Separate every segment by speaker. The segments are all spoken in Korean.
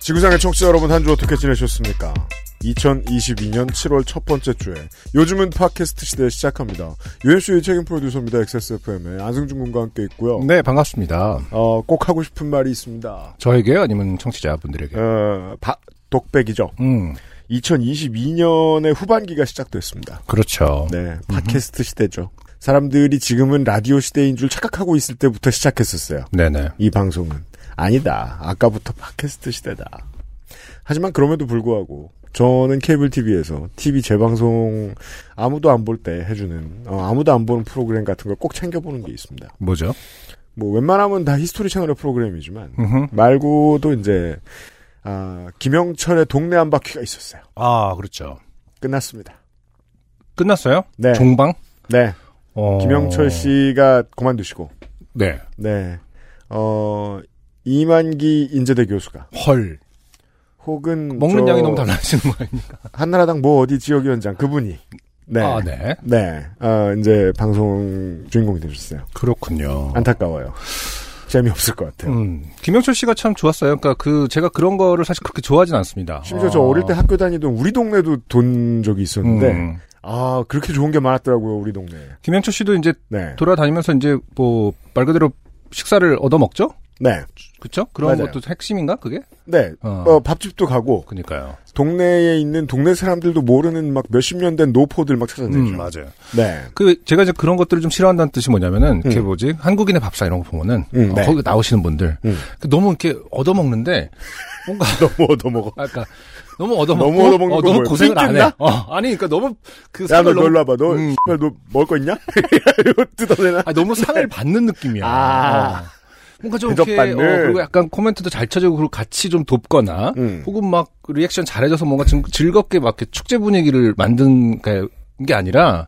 Speaker 1: 지구상의 청취자 여러분 한 주 어떻게 지내셨습니까? 2022년 7월 첫 번째 주에 요즘은 팟캐스트 시대 시작합니다. UMC의 책임 프로듀서입니다. XSFM의 안승준 군과 함께 있고요.
Speaker 2: 네, 반갑습니다.
Speaker 1: 어, 꼭 하고 싶은 말이 있습니다.
Speaker 2: 저에게요? 아니면 청취자분들에게?
Speaker 1: 어, 바- 독백이죠.
Speaker 2: 음,
Speaker 1: 2022년의 후반기가 시작됐습니다.
Speaker 2: 그렇죠.
Speaker 1: 네, 팟캐스트 시대죠. 사람들이 지금은 라디오 시대인 줄 착각하고 있을 때부터 시작했었어요.
Speaker 2: 네. 네
Speaker 1: 이 방송은 아니다. 아까부터 팟캐스트 시대다. 하지만 그럼에도 불구하고 저는 케이블 TV에서 TV 재방송 아무도 안 볼 때 해주는 어, 아무도 안 보는 프로그램 같은 걸 꼭 챙겨보는 게 있습니다.
Speaker 2: 뭐죠?
Speaker 1: 뭐 웬만하면 다 히스토리 채널의 프로그램이지만
Speaker 2: 음흠.
Speaker 1: 말고도 이제 아, 김영철의 동네 한 바퀴가 있었어요.
Speaker 2: 아, 그렇죠.
Speaker 1: 끝났습니다.
Speaker 2: 끝났어요?
Speaker 1: 네,
Speaker 2: 종방?
Speaker 1: 네
Speaker 2: 어...
Speaker 1: 김영철 씨가 그만두시고
Speaker 2: 네.
Speaker 1: 네 어, 이만기 인제대 교수가
Speaker 2: 헐.
Speaker 1: 혹은
Speaker 2: 먹는
Speaker 1: 저-
Speaker 2: 양이 너무 달라지는 거 아닙니까?
Speaker 1: 한나라당 뭐 어디 지역위원장 그분이 네.
Speaker 2: 아, 네.
Speaker 1: 네. 아, 이제 방송 주인공이 되셨어요.
Speaker 2: 그렇군요.
Speaker 1: 안타까워요. 재미없을 것 같아요.
Speaker 2: 음, 김영철 씨가 참 좋았어요. 그러니까 그 제가 그런 거를 사실 그렇게 좋아하진 않습니다.
Speaker 1: 심지어 저
Speaker 2: 아.
Speaker 1: 어릴 때 학교 다니던 우리 동네도 돈 적이 있었는데
Speaker 2: 음.
Speaker 1: 아 그렇게 좋은 게 많았더라고요 우리 동네에.
Speaker 2: 김영철 씨도 이제
Speaker 1: 네.
Speaker 2: 돌아다니면서 이제 뭐 말 그대로 식사를 얻어 먹죠?
Speaker 1: 네.
Speaker 2: 그렇죠? 그런
Speaker 1: 맞아요.
Speaker 2: 것도 핵심인가 그게?
Speaker 1: 네.
Speaker 2: 어.
Speaker 1: 어, 밥집도 가고
Speaker 2: 그니까요.
Speaker 1: 동네에 있는 동네 사람들도 모르는 막 몇십 년 된 노포들 막 찾아내죠.
Speaker 2: 음, 맞아요.
Speaker 1: 네.
Speaker 2: 그 제가 이제 그런 것들을 좀 싫어한다는 뜻이 뭐냐면은 이렇게
Speaker 1: 음.
Speaker 2: 뭐지 한국인의 밥상 이런 거 보면은
Speaker 1: 음,
Speaker 2: 어,
Speaker 1: 네.
Speaker 2: 거기 나오시는 분들
Speaker 1: 음.
Speaker 2: 그 너무 이렇게 얻어먹는데 뭔가
Speaker 1: 너무 얻어먹어.
Speaker 2: 아까 그러니까 너무 얻어먹고
Speaker 1: 너무 얻어먹는
Speaker 2: 어,
Speaker 1: 거
Speaker 2: 너무
Speaker 1: 뭐예요?
Speaker 2: 고생을 안 해.
Speaker 1: 뜯나?
Speaker 2: 어, 아니 그러니까 너무 그
Speaker 1: 야, 너
Speaker 2: 상을 너무
Speaker 1: 놀러 와봐. 너,
Speaker 2: 음.
Speaker 1: 씨발, 너 먹을 거 있냐? 이거 뜯어내나?
Speaker 2: 아 너무 상을 받는 느낌이야.
Speaker 1: 아.
Speaker 2: 어. 뭔가 좀 이렇게 어,
Speaker 1: 대접받는.
Speaker 2: 그리고 약간 코멘트도 잘 쳐주고 그리고 같이 좀 돕거나
Speaker 1: 음.
Speaker 2: 혹은 막 리액션 잘해줘서 뭔가 좀 즐겁게 막 이렇게 축제 분위기를 만든 게- 게 아니라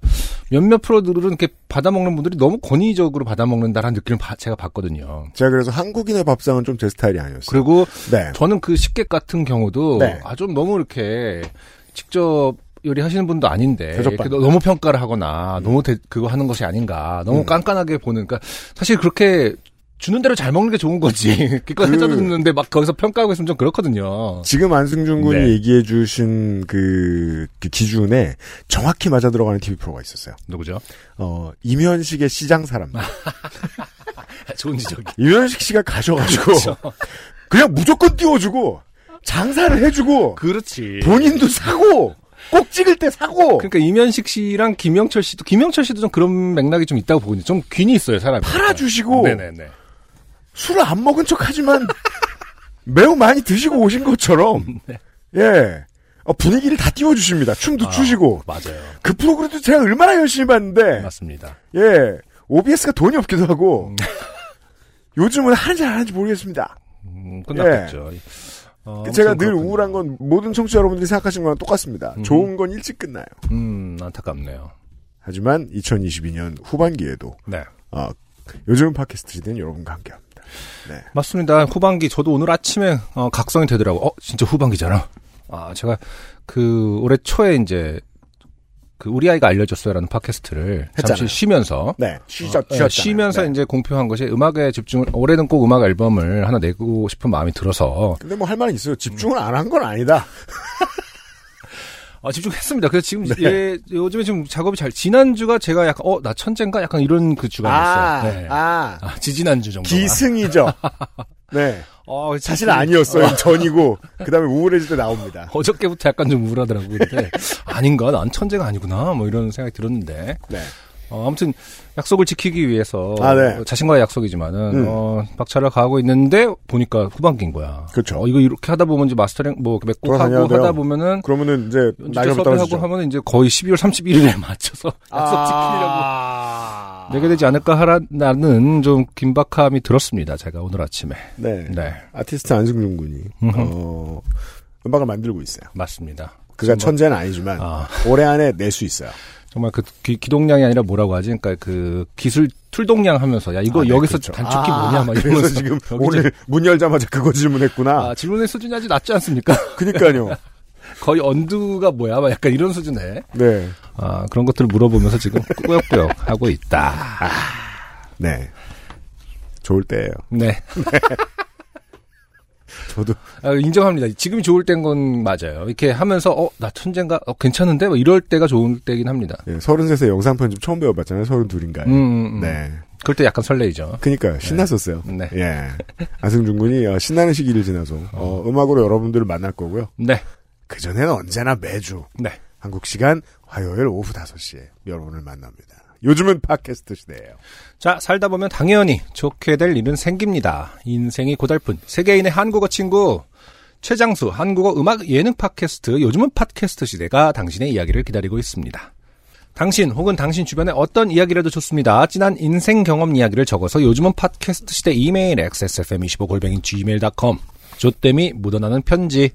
Speaker 2: 몇몇 프로들은 이렇게 받아먹는 분들이 너무 권위적으로 받아먹는다라는 느낌을 바- 제가 봤거든요.
Speaker 1: 제가 그래서 한국인의 밥상은 좀 제 스타일이 아니었어요.
Speaker 2: 그리고
Speaker 1: 네.
Speaker 2: 저는 그 식객 같은 경우도
Speaker 1: 네.
Speaker 2: 아 좀 너무 이렇게 직접 요리하시는 분도 아닌데
Speaker 1: 대접받-
Speaker 2: 이렇게 너- 너무 평가를 하거나 너무 대- 그거 하는 것이 아닌가 너무
Speaker 1: 음.
Speaker 2: 깐깐하게 보는 그러니까 사실 그렇게 주는 대로 잘 먹는 게 좋은 거지 기껏
Speaker 1: 그-
Speaker 2: 해줘도 듣는데 막 거기서 평가하고 있으면 좀 그렇거든요.
Speaker 1: 지금 안승준 군이
Speaker 2: 네.
Speaker 1: 얘기해 주신 그, 그 기준에 정확히 맞아 들어가는 TV 프로가 있었어요.
Speaker 2: 누구죠?
Speaker 1: 어, 임현식의 시장 사람들.
Speaker 2: 아. 좋은 지적이.
Speaker 1: 임현식 씨가 가셔가지고
Speaker 2: 그렇죠.
Speaker 1: 그냥 무조건 띄워주고 장사를 해주고
Speaker 2: 그렇지.
Speaker 1: 본인도 사고 꼭 찍을 때 사고
Speaker 2: 그러니까 이면식 씨랑 김영철 씨도 김영철 씨도 좀 그런 맥락이 좀 있다고 보거든요. 좀 균이 있어요 사람이.
Speaker 1: 팔아주시고
Speaker 2: 네네네.
Speaker 1: 술을 안 먹은 척하지만 매우 많이 드시고 오신
Speaker 2: 음,
Speaker 1: 것처럼 예 어, 분위기를 다 띄워주십니다. 춤도
Speaker 2: 네. 아,
Speaker 1: 추시고
Speaker 2: 맞아요.
Speaker 1: 그 프로그램도 제가 얼마나 열심히 봤는데
Speaker 2: 맞습니다.
Speaker 1: 예, OBS가 돈이 없기도 하고, 요즘은 하는지 안 하는지 모르겠습니다.
Speaker 2: 음, 끝났겠죠. 어,
Speaker 1: 예. 제가
Speaker 2: 아무튼
Speaker 1: 늘
Speaker 2: 그렇군요.
Speaker 1: 우울한 건 모든 청취자 여러분들이 생각하시는 거랑 똑같습니다. 좋은 건 일찍 끝나요.
Speaker 2: 음, 안타깝네요.
Speaker 1: 하지만 2022년 후반기에도,
Speaker 2: 네.
Speaker 1: 아, 요즘은 팟캐스트 시대는 여러분과 함께합니다.
Speaker 2: 맞습니다. 후반기, 저도 오늘 아침에, 어, 각성이 되더라고. 어, 진짜 후반기잖아. 아, 제가, 그, 올해 초에 이제, 그, 우리 아이가 알려줬어요. 라는 팟캐스트를. 잠시
Speaker 1: 했잖아요.
Speaker 2: 쉬면서.
Speaker 1: 네, 쉬셨,
Speaker 2: 예,
Speaker 1: 쉬었잖아요.
Speaker 2: 쉬면서
Speaker 1: 네.
Speaker 2: 이제 공표한 것이 음악에 집중을, 올해는 꼭 음악 앨범을 하나 내고 싶은 마음이 들어서.
Speaker 1: 근데 뭐 할 말은 있어요. 집중을
Speaker 2: 음.
Speaker 1: 안 한 건 아니다.
Speaker 2: 아, 집중했습니다. 그래서 지금, 예, 요즘에 지금 작업이 잘, 지난주가 제가 약간, 어, 나 천재인가? 약간 이런 그 주가
Speaker 1: 아,
Speaker 2: 있어요. 네.
Speaker 1: 아,
Speaker 2: 아, 지지난주 정도.
Speaker 1: 기승이죠. 네.
Speaker 2: 어,
Speaker 1: 사실 아니었어요. 전이고, 그 다음에 우울해질 때 나옵니다.
Speaker 2: 어저께부터 약간 좀 우울하더라고요. 근데 아닌가? 난 천재가 아니구나. 뭐 이런 생각이 들었는데.
Speaker 1: 네.
Speaker 2: 어, 아무튼 약속을 지키기 위해서
Speaker 1: 아, 네.
Speaker 2: 어, 자신과의 약속이지만은
Speaker 1: 음.
Speaker 2: 어, 박차를 가하고 있는데 보니까 후반기인 거야.
Speaker 1: 그렇죠.
Speaker 2: 어, 이거 이렇게 하다 보면 이제 마스터링 뭐 맥곡하고
Speaker 1: 돌아다녀야 돼요.
Speaker 2: 하다 보면은
Speaker 1: 그러면은 이제,
Speaker 2: 연주자
Speaker 1: 날짜부터
Speaker 2: 섭외하고 하면 이제 거의 12월 31일에 맞춰서 약속 지키려고
Speaker 1: 아...
Speaker 2: 내게 네, 되지 않을까 하라는 좀 긴박함이 들었습니다. 제가 오늘 아침에.
Speaker 1: 네.
Speaker 2: 네.
Speaker 1: 아티스트 안승준 군이
Speaker 2: 음흠.
Speaker 1: 어, 음악을 만들고 있어요.
Speaker 2: 맞습니다.
Speaker 1: 그가
Speaker 2: 정말-
Speaker 1: 천재는 아니지만
Speaker 2: 아,
Speaker 1: 올해 안에 낼 수 있어요.
Speaker 2: 정말 그 기, 기동량이 아니라 뭐라고 하지? 그러니까 그 기술 툴동량 하면서 야 이거
Speaker 1: 아, 네,
Speaker 2: 여기서
Speaker 1: 그렇죠.
Speaker 2: 단축키
Speaker 1: 아,
Speaker 2: 뭐냐 막
Speaker 1: 그래서
Speaker 2: 이러면서
Speaker 1: 지금
Speaker 2: 여기
Speaker 1: 오늘 문 열자마자 그거 질문했구나.
Speaker 2: 아, 질문의 수준이 아주 낮지 않습니까?
Speaker 1: 그니까요.
Speaker 2: 거의 언두가 뭐야? 막 약간 이런 수준에
Speaker 1: 네.
Speaker 2: 아, 그런 것들을 물어보면서 지금 꾸역꾸역 하고 있다.
Speaker 1: 네. 좋을 때예요.
Speaker 2: 네,
Speaker 1: 저도
Speaker 2: 아, 인정합니다. 지금이 좋을 때인 건 맞아요. 이렇게 하면서 어 나 천재인가? 어 괜찮은데? 막 이럴 때가 좋은 때긴 합니다.
Speaker 1: 예, 33세 영상 편집 처음 배워봤잖아요. 32인가요?
Speaker 2: 음, 음, 음.
Speaker 1: 네.
Speaker 2: 그럴 때 약간 설레이죠.
Speaker 1: 그니까요. 신났었어요.
Speaker 2: 네,
Speaker 1: 예. 안승준 군이 어, 신나는 시기를 지나서 어, 음악으로 여러분들을 만날 거고요.
Speaker 2: 네,
Speaker 1: 그전에는 언제나 매주
Speaker 2: 네.
Speaker 1: 한국 시간 화요일 오후 5시에 여러분을 만납니다. 요즘은 팟캐스트 시대예요.
Speaker 2: 자, 살다 보면 당연히 좋게 될 일은 생깁니다. 인생이 고달픈 세계인의 한국어 친구 최장수 한국어 음악 예능 팟캐스트 요즘은 팟캐스트 시대가 당신의 이야기를 기다리고 있습니다. 당신 혹은 당신 주변의 어떤 이야기라도 좋습니다. 진한 인생 경험 이야기를 적어서 요즘은 팟캐스트 시대 이메일 xsfm25골뱅이 gmail.com 조땜이 묻어나는 편지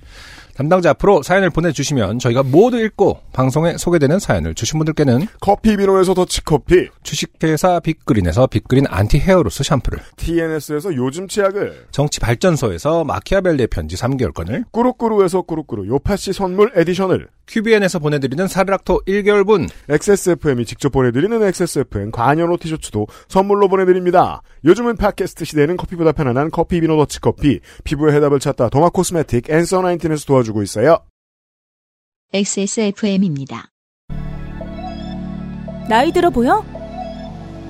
Speaker 2: 담당자 앞으로 사연을 보내주시면 저희가 모두 읽고 방송에 소개되는 사연을 주신 분들께는
Speaker 1: 커피 비노에서 더치커피,
Speaker 2: 주식회사 빅그린에서 빅그린 안티 헤어로스 샴푸를
Speaker 1: TNS에서 요즘 치약을,
Speaker 2: 정치발전소에서 마키아벨리의 편지 3개월권을
Speaker 1: 꾸루꾸루에서 꾸루꾸루 요파시 선물 에디션을,
Speaker 2: QBN에서 보내드리는 사르락토 1개월분
Speaker 1: XSFM이 직접 보내드리는 XSFM 관여로 티셔츠도 선물로 보내드립니다. 요즘은 팟캐스트 시대에는 커피보다 편안한 커피 비노 더치커피, 피부의 해답을 찾다 도마 코스메틱 앤서 19에서 도와주고 있어요.
Speaker 3: XSFM입니다.
Speaker 4: 나이 들어 보여?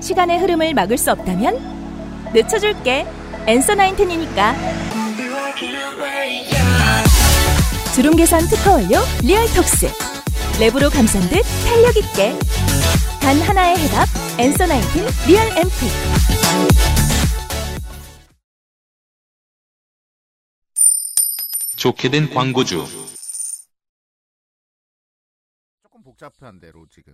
Speaker 4: 시간의 흐름을 막을 수 없다면 늦춰줄게. 엔서 나인텐이니까. 주름 개선 특허 완료 리얼톡스 랩으로 감싼 듯 탄력 있게 단 하나의 해답 엔서 나인틴 리얼 앰프
Speaker 5: 좋게 된 광고주.
Speaker 6: 조금 복잡한 대로 지금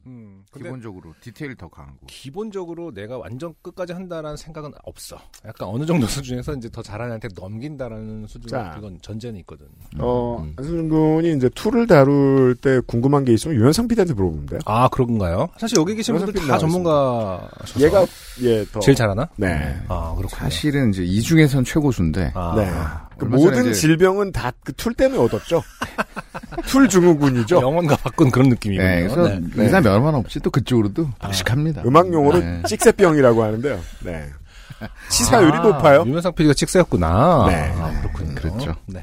Speaker 6: 기본적으로 디테일 더 강하고
Speaker 2: 기본적으로 내가 완전 끝까지 한다라는 생각은 없어. 약간 어느 정도 수준에서 이제 더 잘하는 한테 넘긴다라는 수준
Speaker 1: 자.
Speaker 2: 그건 전제는 있거든.
Speaker 1: 어,
Speaker 2: 음.
Speaker 1: 안승준 군이 이제 툴을 다룰 때 궁금한 게 있으면 유현상 PD한테 물어보면 돼요.
Speaker 2: 아 그런가요? 사실 여기 계신 분들
Speaker 1: 연습팀
Speaker 2: 다
Speaker 1: 나와
Speaker 2: 전문가.
Speaker 1: 얘가, 예, 더.
Speaker 2: 제일 잘하나?
Speaker 1: 네.
Speaker 2: 아 그렇군요.
Speaker 6: 사실은 이제 이 중에선 최고수인데
Speaker 2: 아,
Speaker 1: 네. 그
Speaker 6: 얼마 전에
Speaker 1: 모든
Speaker 6: 이제-
Speaker 1: 질병은 다 그 툴 때문에 얻었죠. 툴 증후군이죠.
Speaker 2: 영혼과 바꾼 그런 느낌이군요.
Speaker 6: 네, 그래서
Speaker 2: 네.
Speaker 1: 네.
Speaker 6: 의사 면허만 없이 또 그쪽으로도 무식합니다. 네.
Speaker 1: 음악 용어로 찍새병이라고 하는데요. 네. 치사율이
Speaker 2: 아,
Speaker 1: 네. 높아요.
Speaker 2: 유명상 PD가 찍새였구나.
Speaker 1: 네.
Speaker 2: 아, 그렇군요.
Speaker 6: 그렇죠.
Speaker 2: 네.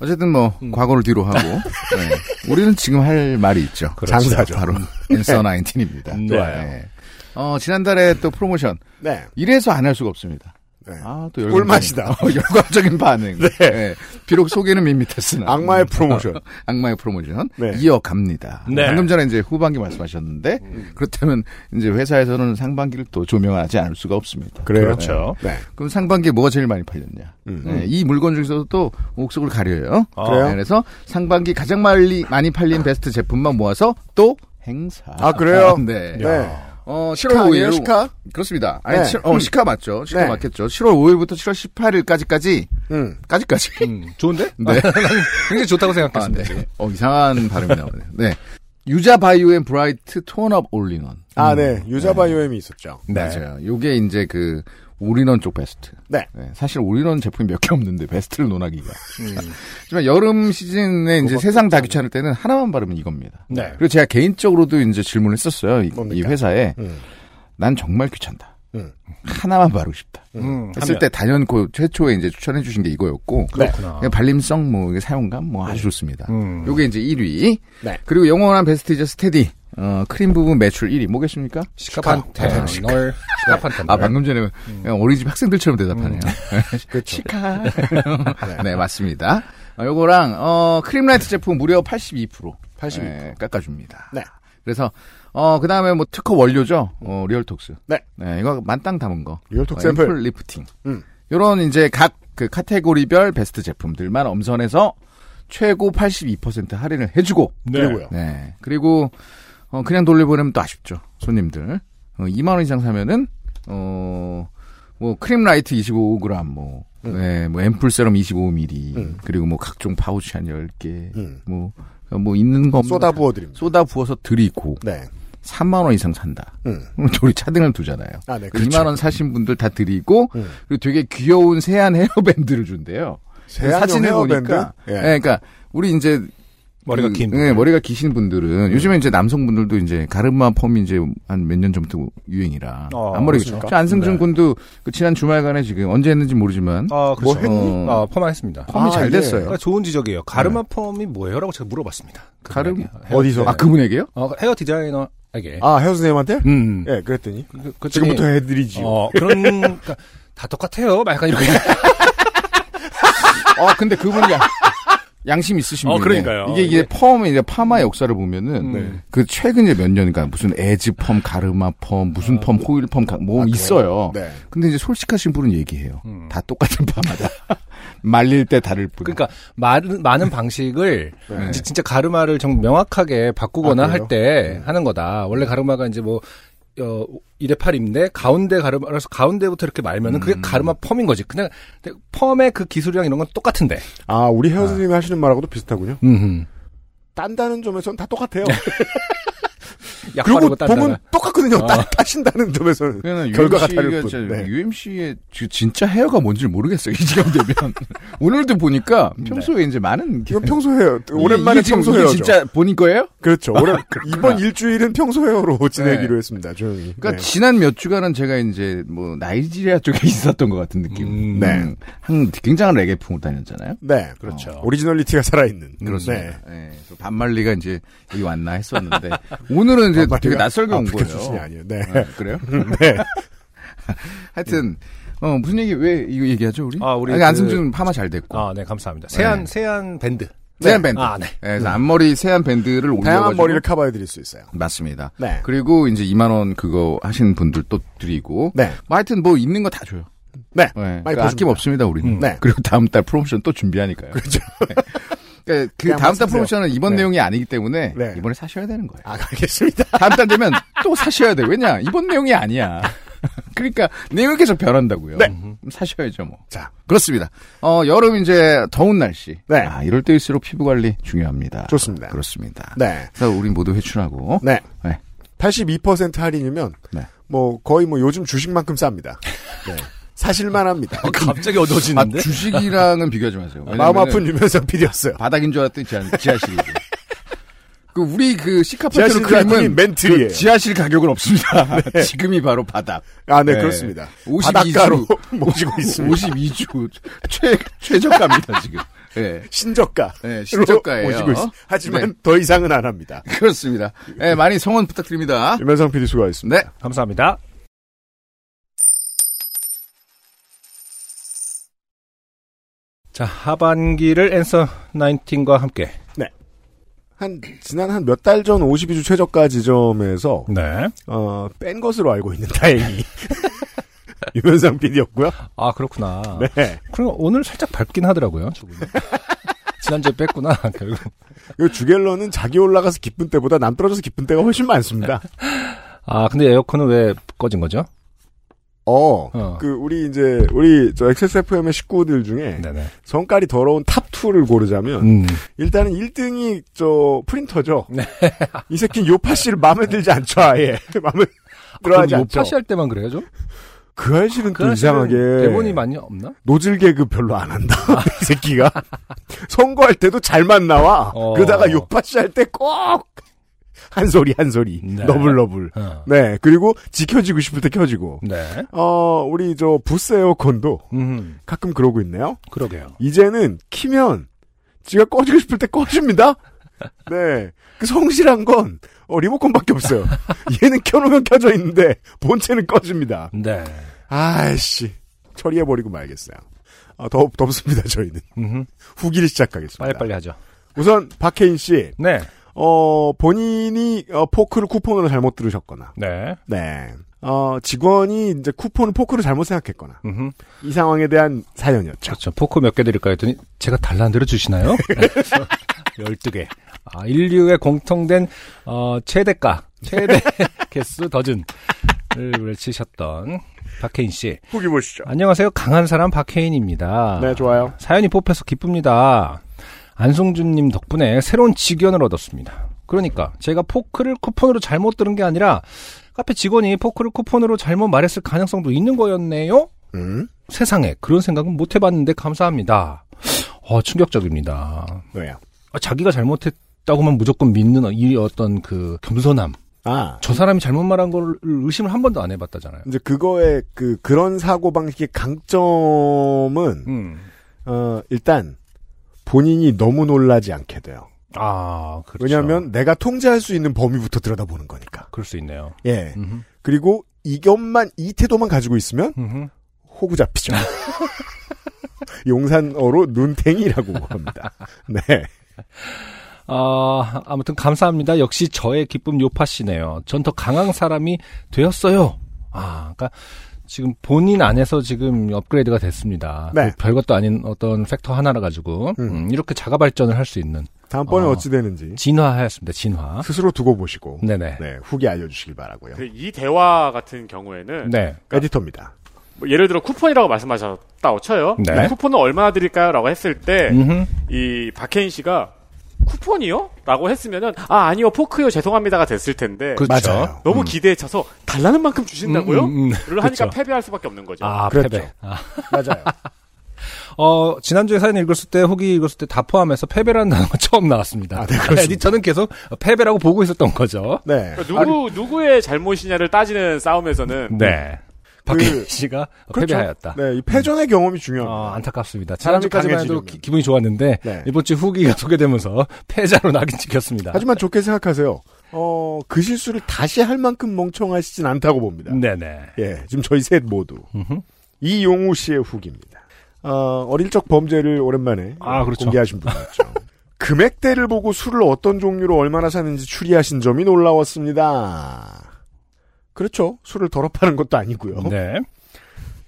Speaker 6: 어쨌든 뭐 과거를 뒤로 하고 네. 우리는 지금 할 말이 있죠.
Speaker 2: 그렇죠.
Speaker 1: 장사죠.
Speaker 6: 바로 엔서 나인틴입니다.
Speaker 2: 좋아요.
Speaker 6: 어, 지난달에 또 프로모션
Speaker 1: 네.
Speaker 6: 이래서 안 할 수가 없습니다.
Speaker 1: 네.
Speaker 6: 아, 또
Speaker 1: 꿀맛이다.
Speaker 6: 열광적인- 어, 열광적인 반응. 네. 비록 소개는 밋밋했으나
Speaker 1: 악마의 프로모션.
Speaker 6: 악마의 프로모션
Speaker 1: 네.
Speaker 6: 이어갑니다.
Speaker 2: 네.
Speaker 6: 방금 전에 이제 후반기 말씀하셨는데
Speaker 1: 음.
Speaker 6: 그렇다면 이제 회사에서는 상반기를 또 조명하지 않을 수가 없습니다.
Speaker 1: 그래요.
Speaker 2: 그렇죠.
Speaker 1: 네.
Speaker 6: 그럼 상반기에 뭐가 제일 많이 팔렸냐?
Speaker 1: 음.
Speaker 6: 네, 이 물건 중에서도 또 옥석을 가려요.
Speaker 2: 아,
Speaker 1: 그래요?
Speaker 6: 네, 그래서 상반기 가장 많이 많이 팔린 베스트 제품만 모아서 또 행사.
Speaker 1: 아, 그래요?
Speaker 6: 네.
Speaker 1: 네.
Speaker 6: 어, 7월
Speaker 1: 시카 아니에요,
Speaker 6: 5일
Speaker 1: 시카?
Speaker 6: 그렇습니다. 아니,
Speaker 1: 네.
Speaker 6: 칠- 어, 시카 맞죠. 시카
Speaker 1: 네.
Speaker 6: 맞겠죠. 7월 5일부터 7월 18일까지까지,
Speaker 1: 음.
Speaker 6: 까지까지.
Speaker 2: 음, 좋은데?
Speaker 6: 네.
Speaker 2: 굉장히 좋다고
Speaker 6: 아,
Speaker 2: 생각했습니다.
Speaker 6: 네.
Speaker 2: 지금.
Speaker 6: 어, 이상한 발음이 나오네요. 네. 유자 바이오 앤 브라이트 톤업 올리원.
Speaker 1: 아, 네. 유자바이오엠이 있었죠.
Speaker 6: 맞아요. 요게 이제 그, 올인원 쪽 베스트.
Speaker 1: 네.
Speaker 6: 사실 올인원 제품이 몇 개 없는데, 베스트를 논하기가.
Speaker 1: 음.
Speaker 6: 하지만 여름 시즌에 이제 세상 다 귀찮을 때는 하나만 바르면 이겁니다.
Speaker 2: 네.
Speaker 6: 그리고 제가 개인적으로도 이제 질문을 했었어요. 이, 이
Speaker 1: 뭡니까?
Speaker 6: 회사에.
Speaker 1: 음.
Speaker 6: 난 정말 귀찮다.
Speaker 1: 음.
Speaker 6: 하나만 바르고 싶다.
Speaker 2: 음,
Speaker 6: 했을 때 단연코 그 최초에 이제 추천해 주신 게 이거였고
Speaker 2: 그렇구나.
Speaker 6: 그냥 발림성 뭐 이게 사용감 뭐 아주 좋습니다.
Speaker 2: 음.
Speaker 6: 요게 이제 1위.
Speaker 1: 네.
Speaker 6: 그리고 영원한 베스트이자 스테디. 어, 크림 부분 매출 1위 뭐겠습니까?
Speaker 2: 시카판테 널 시카판테
Speaker 6: 아 방금 전에 그냥 어린이 집 학생들처럼 대답하네요.
Speaker 1: 그렇죠.
Speaker 6: 시카. 네 맞습니다. 어, 요거랑 어, 크림 라이트 제품 무려 82%
Speaker 1: 82%.
Speaker 6: 네, 깎아줍니다.
Speaker 1: 네.
Speaker 6: 그래서 어, 그 다음에 뭐 특허 원료죠. 어, 리얼톡스.
Speaker 1: 네.
Speaker 6: 이거 만땅 담은 거.
Speaker 1: 리얼톡스
Speaker 6: 어, 앰플
Speaker 1: 앰플.
Speaker 6: 리프팅.
Speaker 1: 음.
Speaker 6: 요런 이제 각 그 카테고리별 베스트 제품들만 엄선해서 최고 82% 할인을 해주고.
Speaker 1: 그리고요.
Speaker 6: 네. 그리고 어, 그냥 돌려보내면 또 아쉽죠. 손님들. 어, 2만 원 이상 사면은 어. 뭐 크림 라이트 25g 뭐
Speaker 1: 음.
Speaker 6: 네, 뭐 앰플 세럼 25ml
Speaker 1: 음.
Speaker 6: 그리고 뭐 각종 파우치 한 10개
Speaker 1: 음.
Speaker 6: 뭐, 뭐 있는 거
Speaker 1: 쏟아 부어드립니다.
Speaker 6: 쏟아 부어서 들이고
Speaker 1: 네.
Speaker 6: 3만 원 이상 산다.
Speaker 1: 음.
Speaker 6: 그럼 우리 차등을 두잖아요.
Speaker 1: 아, 네.
Speaker 6: 그
Speaker 1: 그렇죠.
Speaker 6: 2만 원 사신 분들 다 드리고
Speaker 1: 음.
Speaker 6: 그리고 되게 귀여운 세안 헤어밴드를 준대요.
Speaker 1: 세안용
Speaker 6: 사진을
Speaker 1: 헤어밴드?
Speaker 6: 보니까
Speaker 1: 예.
Speaker 6: 예. 그러니까 우리 이제
Speaker 2: 머리가
Speaker 6: 그,
Speaker 2: 긴.
Speaker 6: 예, 머리가 기신 분들은 요즘에 이제 남성분들도 이제 가르마 펌이 이제 한 몇 년 전부터 유행이라
Speaker 2: 어,
Speaker 6: 앞머리가
Speaker 1: 아, 그렇습니까?
Speaker 6: 저 안승준
Speaker 1: 네.
Speaker 6: 군도 그 지난 주말간에 지금 언제 했는지 모르지만 어,
Speaker 2: 아,
Speaker 1: 뭐
Speaker 2: 그렇죠.
Speaker 1: 했니?
Speaker 2: 아, 펌했습니다.
Speaker 6: 펌이
Speaker 1: 아,
Speaker 6: 잘
Speaker 1: 예.
Speaker 6: 됐어요.
Speaker 2: 그러니까 좋은 지적이에요. 가르마 펌이 뭐예요라고 제가 물어봤습니다.
Speaker 6: 가르마-
Speaker 2: 그분에게. 헤어-
Speaker 1: 어디서?
Speaker 6: 아 그분에게요?
Speaker 2: 어, 헤어 디자이너에게.
Speaker 1: 아, 헤어 선생님한테?
Speaker 2: 음.
Speaker 1: 예, 그랬더니. 네.
Speaker 2: 그- 그랬더니-
Speaker 1: 지금부터 해드리지. 요
Speaker 2: 어, 그런 그러니까 다 똑같아요. 막 약간 이렇게.
Speaker 6: 어 근데 그분이 양- 양심 있으신
Speaker 2: 어,
Speaker 6: 분이네.
Speaker 2: 그러니까요.
Speaker 6: 이게 이게
Speaker 2: 이게-
Speaker 6: 펌 이제 파마 역사를 보면은
Speaker 2: 네.
Speaker 6: 그 최근 이제 몇 년간 무슨 에즈 펌, 가르마 펌, 무슨 펌, 호일 펌, 가- 뭐 있어요.
Speaker 1: 네.
Speaker 6: 근데 이제 솔직하신 분은 얘기해요.
Speaker 2: 음.
Speaker 6: 다 똑같은 파마다. 말릴 때 다를 뿐.
Speaker 2: 그러니까 많은 많은 방식을
Speaker 1: 네.
Speaker 2: 이제 진짜 가르마를 정 명확하게 바꾸거나
Speaker 1: 아, 그래요?
Speaker 2: 할 때 하는 거다. 원래 가르마가 이제 뭐 어, 1에 8인데 가운데 가르마 그래서 가운데부터 이렇게 말면은 그게 가르마 펌인 거지. 그냥 근데 펌의 그 기술이랑 이런 건 똑같은데.
Speaker 1: 아, 우리 헤어 선생님이 하시는 말하고도 비슷하군요. 네.
Speaker 2: 음.
Speaker 1: 딴다는 점에서는 다 똑같아요.
Speaker 2: 약
Speaker 1: 그리고
Speaker 2: 바르고 딴다.
Speaker 1: 보면 똑같거든요. 다 따신다는 점에서는.
Speaker 6: 어. 그러니까
Speaker 1: 결과가
Speaker 6: UMC 가
Speaker 1: 다를 뿐.
Speaker 6: 진짜
Speaker 1: 네.
Speaker 6: UMC의 진짜 헤어가 뭔지 를 모르겠어요. 이 시간 되면 오늘도 보니까 평소에 이제 많은
Speaker 1: 이건 평소 헤어. 네. 오랜만에
Speaker 6: 이게 지금
Speaker 1: 평소
Speaker 6: 이게
Speaker 1: 헤어죠.
Speaker 6: 진짜 본인 거예요?
Speaker 1: 그렇죠. 오랜, 이번 일주일은 평소 헤어로 지내기로 했습니다. 네. 조용히.
Speaker 6: 네. 그러니까 지난 몇 주간은 제가 이제 뭐 나이지리아 쪽에 있었던 것 같은 느낌.
Speaker 2: 음.
Speaker 6: 네. 한 굉장한 레게풍을 다녔잖아요.
Speaker 1: 네. 네.
Speaker 2: 그렇죠.
Speaker 1: 오리지널리티가 살아있는. 네.
Speaker 6: 그렇습니다. 예, 그래서 반말리가 이제 여기 왔나 했었는데 오늘은 이제 되게 낯설게 온
Speaker 1: 아프리카
Speaker 6: 거예요.
Speaker 1: 출신이 아니에요. 네.
Speaker 6: 아, 그래요?
Speaker 1: 네.
Speaker 6: 하여튼 어, 무슨 얘기 왜 이거 얘기하죠 우리?
Speaker 2: 아, 우리
Speaker 6: 아니,
Speaker 2: 그-
Speaker 6: 안승준 파마 잘 됐고.
Speaker 2: 아, 네, 감사합니다. 세안
Speaker 6: 네.
Speaker 2: 세안 밴드.
Speaker 6: 세안 밴드.
Speaker 2: 아, 네.
Speaker 6: 예, 그래서 앞머리 세안 밴드를 올려가지고
Speaker 1: 다양한 머리를 커버해드릴 수 있어요.
Speaker 6: 맞습니다.
Speaker 1: 네.
Speaker 6: 그리고 이제 2만 원 그거 하신 분들 또 드리고.
Speaker 1: 네.
Speaker 6: 뭐 하여튼 뭐 있는 거 다 줘요.
Speaker 1: 네.
Speaker 6: 네.
Speaker 1: 많이
Speaker 6: 그러니까 아낌
Speaker 1: 보십니다.
Speaker 6: 없습니다 우리는.
Speaker 1: 음. 네.
Speaker 6: 그리고 다음 달 프로모션 또 준비하니까요. 그렇죠. 그러니까 그
Speaker 1: 그냥
Speaker 6: 다음
Speaker 1: 말씀하세요.
Speaker 6: 달 프로모션은 이번
Speaker 1: 네.
Speaker 6: 내용이 아니기 때문에
Speaker 1: 네.
Speaker 6: 이번에 사셔야 되는 거예요.
Speaker 1: 아, 알겠습니다.
Speaker 6: 다음 달 되면 또 사셔야 돼. 왜냐? 이번 내용이 아니야. 그러니까 내용이 계속 변한다고요.
Speaker 1: 네.
Speaker 6: 그럼 사셔야죠 뭐.
Speaker 1: 자.
Speaker 6: 그렇습니다. 어 여름 이제 더운 날씨.
Speaker 1: 네.
Speaker 6: 아, 이럴 때일수록 피부 관리 중요합니다.
Speaker 1: 좋습니다.
Speaker 6: 그렇습니다.
Speaker 1: 네.
Speaker 6: 그래서 우리 모두 회춘하고.
Speaker 1: 네.
Speaker 6: 네.
Speaker 1: 82% 할인이면,
Speaker 6: 네.
Speaker 1: 뭐, 거의 뭐 요즘 주식만큼 쌉니다. 네. 사실만 합니다.
Speaker 2: 갑자기
Speaker 6: 아,
Speaker 2: 어두워지는데.
Speaker 6: 주식이랑은 비교하지 마세요.
Speaker 1: 마음
Speaker 6: 어, 왜냐면은
Speaker 1: 아픈 유명상 PD였어요.
Speaker 6: 바닥인 줄 알았더니 지하, 지하실이고. 그 우리 그 시카파트로
Speaker 1: 지하실 그림이
Speaker 6: 그림은
Speaker 1: 멘틀이에요.
Speaker 6: 그 지하실 가격은 없습니다. 지금이 바로 바닥.
Speaker 1: 아, 네,
Speaker 6: 네.
Speaker 1: 그렇습니다.
Speaker 6: 52주.
Speaker 1: 바닷가로 모시고 있습니다.
Speaker 6: 52주 최 최저가입니다 지금. 예.
Speaker 1: 신저가.
Speaker 6: 네, 신저가예요.
Speaker 1: 모시고 있- 하지만
Speaker 6: 네.
Speaker 1: 더 이상은 안 합니다.
Speaker 6: 그렇습니다. 예, 많이 성원 부탁드립니다.
Speaker 1: 유명상 PD 수고하셨습니다.
Speaker 6: 네.
Speaker 2: 감사합니다. 자, 하반기를 앤서 19과 함께.
Speaker 1: 네, 한, 지난 한 몇 달 전 52주 최저가 지점에서,
Speaker 2: 네.
Speaker 1: 어, 뺀 것으로 알고 있는 다행히. 유명상 PD였고요.
Speaker 2: 아, 그렇구나.
Speaker 1: 네.
Speaker 2: 그리고 오늘 살짝 밝긴 하더라고요. 저분이. 지난주에 뺐구나, 결국.
Speaker 1: 이그 주갤러는 자기 올라가서 기쁜 때보다 남 떨어져서 기쁜 때가 훨씬 많습니다.
Speaker 2: 아, 근데 에어컨은 왜 꺼진 거죠?
Speaker 1: 어,
Speaker 2: 어.
Speaker 1: 그 우리 이제 우리 저 XSFM의 식구들 중에
Speaker 2: 네네.
Speaker 1: 성깔이 더러운 탑 2를 고르자면
Speaker 2: 음.
Speaker 1: 일단은 1등이 저 프린터죠.
Speaker 2: 네.
Speaker 1: 이 새끼 요파 씨를 마음에 들지 않죠, 아예 마음에 들어하지 않죠.
Speaker 2: 요파시 할뭐 때만 그래요, 좀?
Speaker 1: 그 아실은 또
Speaker 2: 아저씨는
Speaker 1: 이상하게
Speaker 2: 대본이 아. 많이 없나?
Speaker 1: 노즐 개그 별로 안 한다. 이 새끼가 선거할 때도 잘만 나와.
Speaker 2: 어.
Speaker 1: 그러다가 요파 씨 할 때 꼭 한 소리 한 소리
Speaker 2: 네.
Speaker 1: 너블 너블.
Speaker 2: 어.
Speaker 1: 네 그리고 지켜지고 싶을 때 켜지고.
Speaker 2: 네.
Speaker 1: 어, 우리 저 부스 에어컨도
Speaker 2: 음,
Speaker 1: 가끔 그러고 있네요.
Speaker 2: 그러게요.
Speaker 1: 이제는 키면 지가 꺼지고 싶을 때 꺼집니다. 네. 그 성실한 건 어, 리모컨밖에 없어요. 얘는 켜놓으면 켜져 있는데 본체는 꺼집니다.
Speaker 2: 네.
Speaker 1: 아이씨. 처리해버리고 말겠어요. 아, 덥, 덥습니다, 저희는.
Speaker 2: 음흠.
Speaker 1: 후기를 시작하겠습니다.
Speaker 2: 빨리빨리 하죠.
Speaker 1: 우선, 박혜인 씨,
Speaker 2: 네.
Speaker 1: 어, 본인이, 어, 포크를 쿠폰으로 잘못 들으셨거나,
Speaker 2: 네.
Speaker 1: 네. 어, 직원이 이제 쿠폰을 포크로 잘못 생각했거나,
Speaker 2: 음흠.
Speaker 1: 이 상황에 대한 사연이었죠.
Speaker 2: 그렇죠. 포크 몇 개 드릴까 했더니 제가 달란대로 주시나요? 네, 12개. 아, 인류의 공통된 어, 최대가, 최대 개수 더준을 외치셨던 박혜인 씨.
Speaker 1: 후기 보시죠.
Speaker 2: 안녕하세요. 강한 사람 박혜인입니다.
Speaker 1: 네, 좋아요.
Speaker 2: 사연이 뽑혀서 기쁩니다. 안성준님 덕분에 새로운 직연을 얻었습니다. 그러니까 제가 포크를 쿠폰으로 잘못 들은 게 아니라 카페 직원이 포크를 쿠폰으로 잘못 말했을 가능성도 있는 거였네요.
Speaker 1: 음?
Speaker 2: 세상에 그런 생각은 못 해봤는데 감사합니다. 어, 충격적입니다.
Speaker 1: 너야.
Speaker 2: 아, 자기가 잘못했다고만 무조건 믿는 이 어떤 그 겸손함.
Speaker 1: 아.
Speaker 2: 저 사람이 잘못 말한 걸 의심을 한 번도 안 해봤다잖아요.
Speaker 1: 이제 그거의 그 그런 사고 방식의 강점은
Speaker 2: 음.
Speaker 1: 어 일단 본인이 너무 놀라지 않게 돼요.
Speaker 2: 아, 그렇죠.
Speaker 1: 왜냐하면 내가 통제할 수 있는 범위부터 들여다보는 거니까.
Speaker 2: 그럴 수 있네요.
Speaker 1: 예.
Speaker 2: 음흠.
Speaker 1: 그리고 이것만 이 태도만 가지고 있으면
Speaker 2: 음흠.
Speaker 1: 호구 잡히죠. 용산어로 눈탱이라고 합니다. 네.
Speaker 2: 아, 아무튼 감사합니다. 역시 저의 기쁨 요파시네요. 전 더 강한 사람이 되었어요. 아, 그러니까 지금 본인 안에서 지금 업그레이드가 됐습니다.
Speaker 1: 네.
Speaker 2: 그 별것도 아닌 어떤 팩터 하나라 가지고
Speaker 1: 음.
Speaker 2: 음, 이렇게 자가 발전을 할 수 있는
Speaker 1: 다음번에
Speaker 2: 어.
Speaker 1: 어. 찌 되는지
Speaker 2: 진화하였습니다. 진화.
Speaker 1: 스스로 두고 보시고
Speaker 2: 네네. 그러니까.
Speaker 1: 네, 후기 알려주시길 바라고요.
Speaker 5: 근데 그 이 대화 같은 경우에는
Speaker 2: 네.
Speaker 1: 에디터입니다.
Speaker 5: 뭐 예를 들어 쿠폰이라고 말씀하셨다고 쳐요.
Speaker 2: 네.
Speaker 5: 쿠폰은 얼마나 드릴까요?라고 했을 때
Speaker 1: 네.
Speaker 5: 이
Speaker 2: 음흠.
Speaker 5: 박혜인 씨가 쿠폰이요?라고 했으면은 아 아니요 포크요 죄송합니다가 됐을 텐데
Speaker 2: 그렇죠.
Speaker 1: 맞아요.
Speaker 5: 너무 기대에 차서 달라는 만큼 주신다고요?
Speaker 2: 음, 음, 음.
Speaker 5: 를 하니까
Speaker 2: 그렇죠.
Speaker 5: 패배할 수밖에 없는 거죠.
Speaker 2: 아,
Speaker 1: 그랬죠.
Speaker 2: 패배. 아,
Speaker 1: 맞아요.
Speaker 2: 어, 지난주에 사연 읽었을 때, 후기 읽었을 때 다 포함해서 패배라는 단어가 처음 나왔습니다.
Speaker 1: 아, 네, 그렇습니다.
Speaker 2: 에디터는 계속 패배라고 보고 있었던 거죠.
Speaker 1: 네.
Speaker 5: 그러니까 누구 누구의 잘못이냐를 따지는 싸움에서는
Speaker 2: 네. 박혜인 씨가
Speaker 1: 그렇죠.
Speaker 2: 어, 패배하였다.
Speaker 1: 네, 이 패전의 경험이 중요합니다.
Speaker 2: 아, 안타깝습니다.
Speaker 1: 사람이
Speaker 2: 지난주까지만 해도
Speaker 1: 강해지려면.
Speaker 2: 기, 분이 좋았는데
Speaker 1: 네.
Speaker 2: 이번 주 후기가 소개되면서 패자로 낙인 찍혔습니다.
Speaker 1: 하지만 좋게 생각하세요. 어, 그 실수를 다시 할 만큼 멍청하시진 않다고 봅니다.
Speaker 2: 네네.
Speaker 1: 예, 지금 저희 셋 모두.
Speaker 2: 음흠.
Speaker 1: 이용우 씨의 후기입니다. 어, 어릴 적 범죄를 오랜만에
Speaker 2: 아, 그렇죠.
Speaker 1: 공개하신 분이었죠. 금액대를 보고 술을 어떤 종류로 얼마나 사는지 추리하신 점이 놀라웠습니다. 그렇죠. 술을 더러 파는 것도 아니고요.
Speaker 2: 네.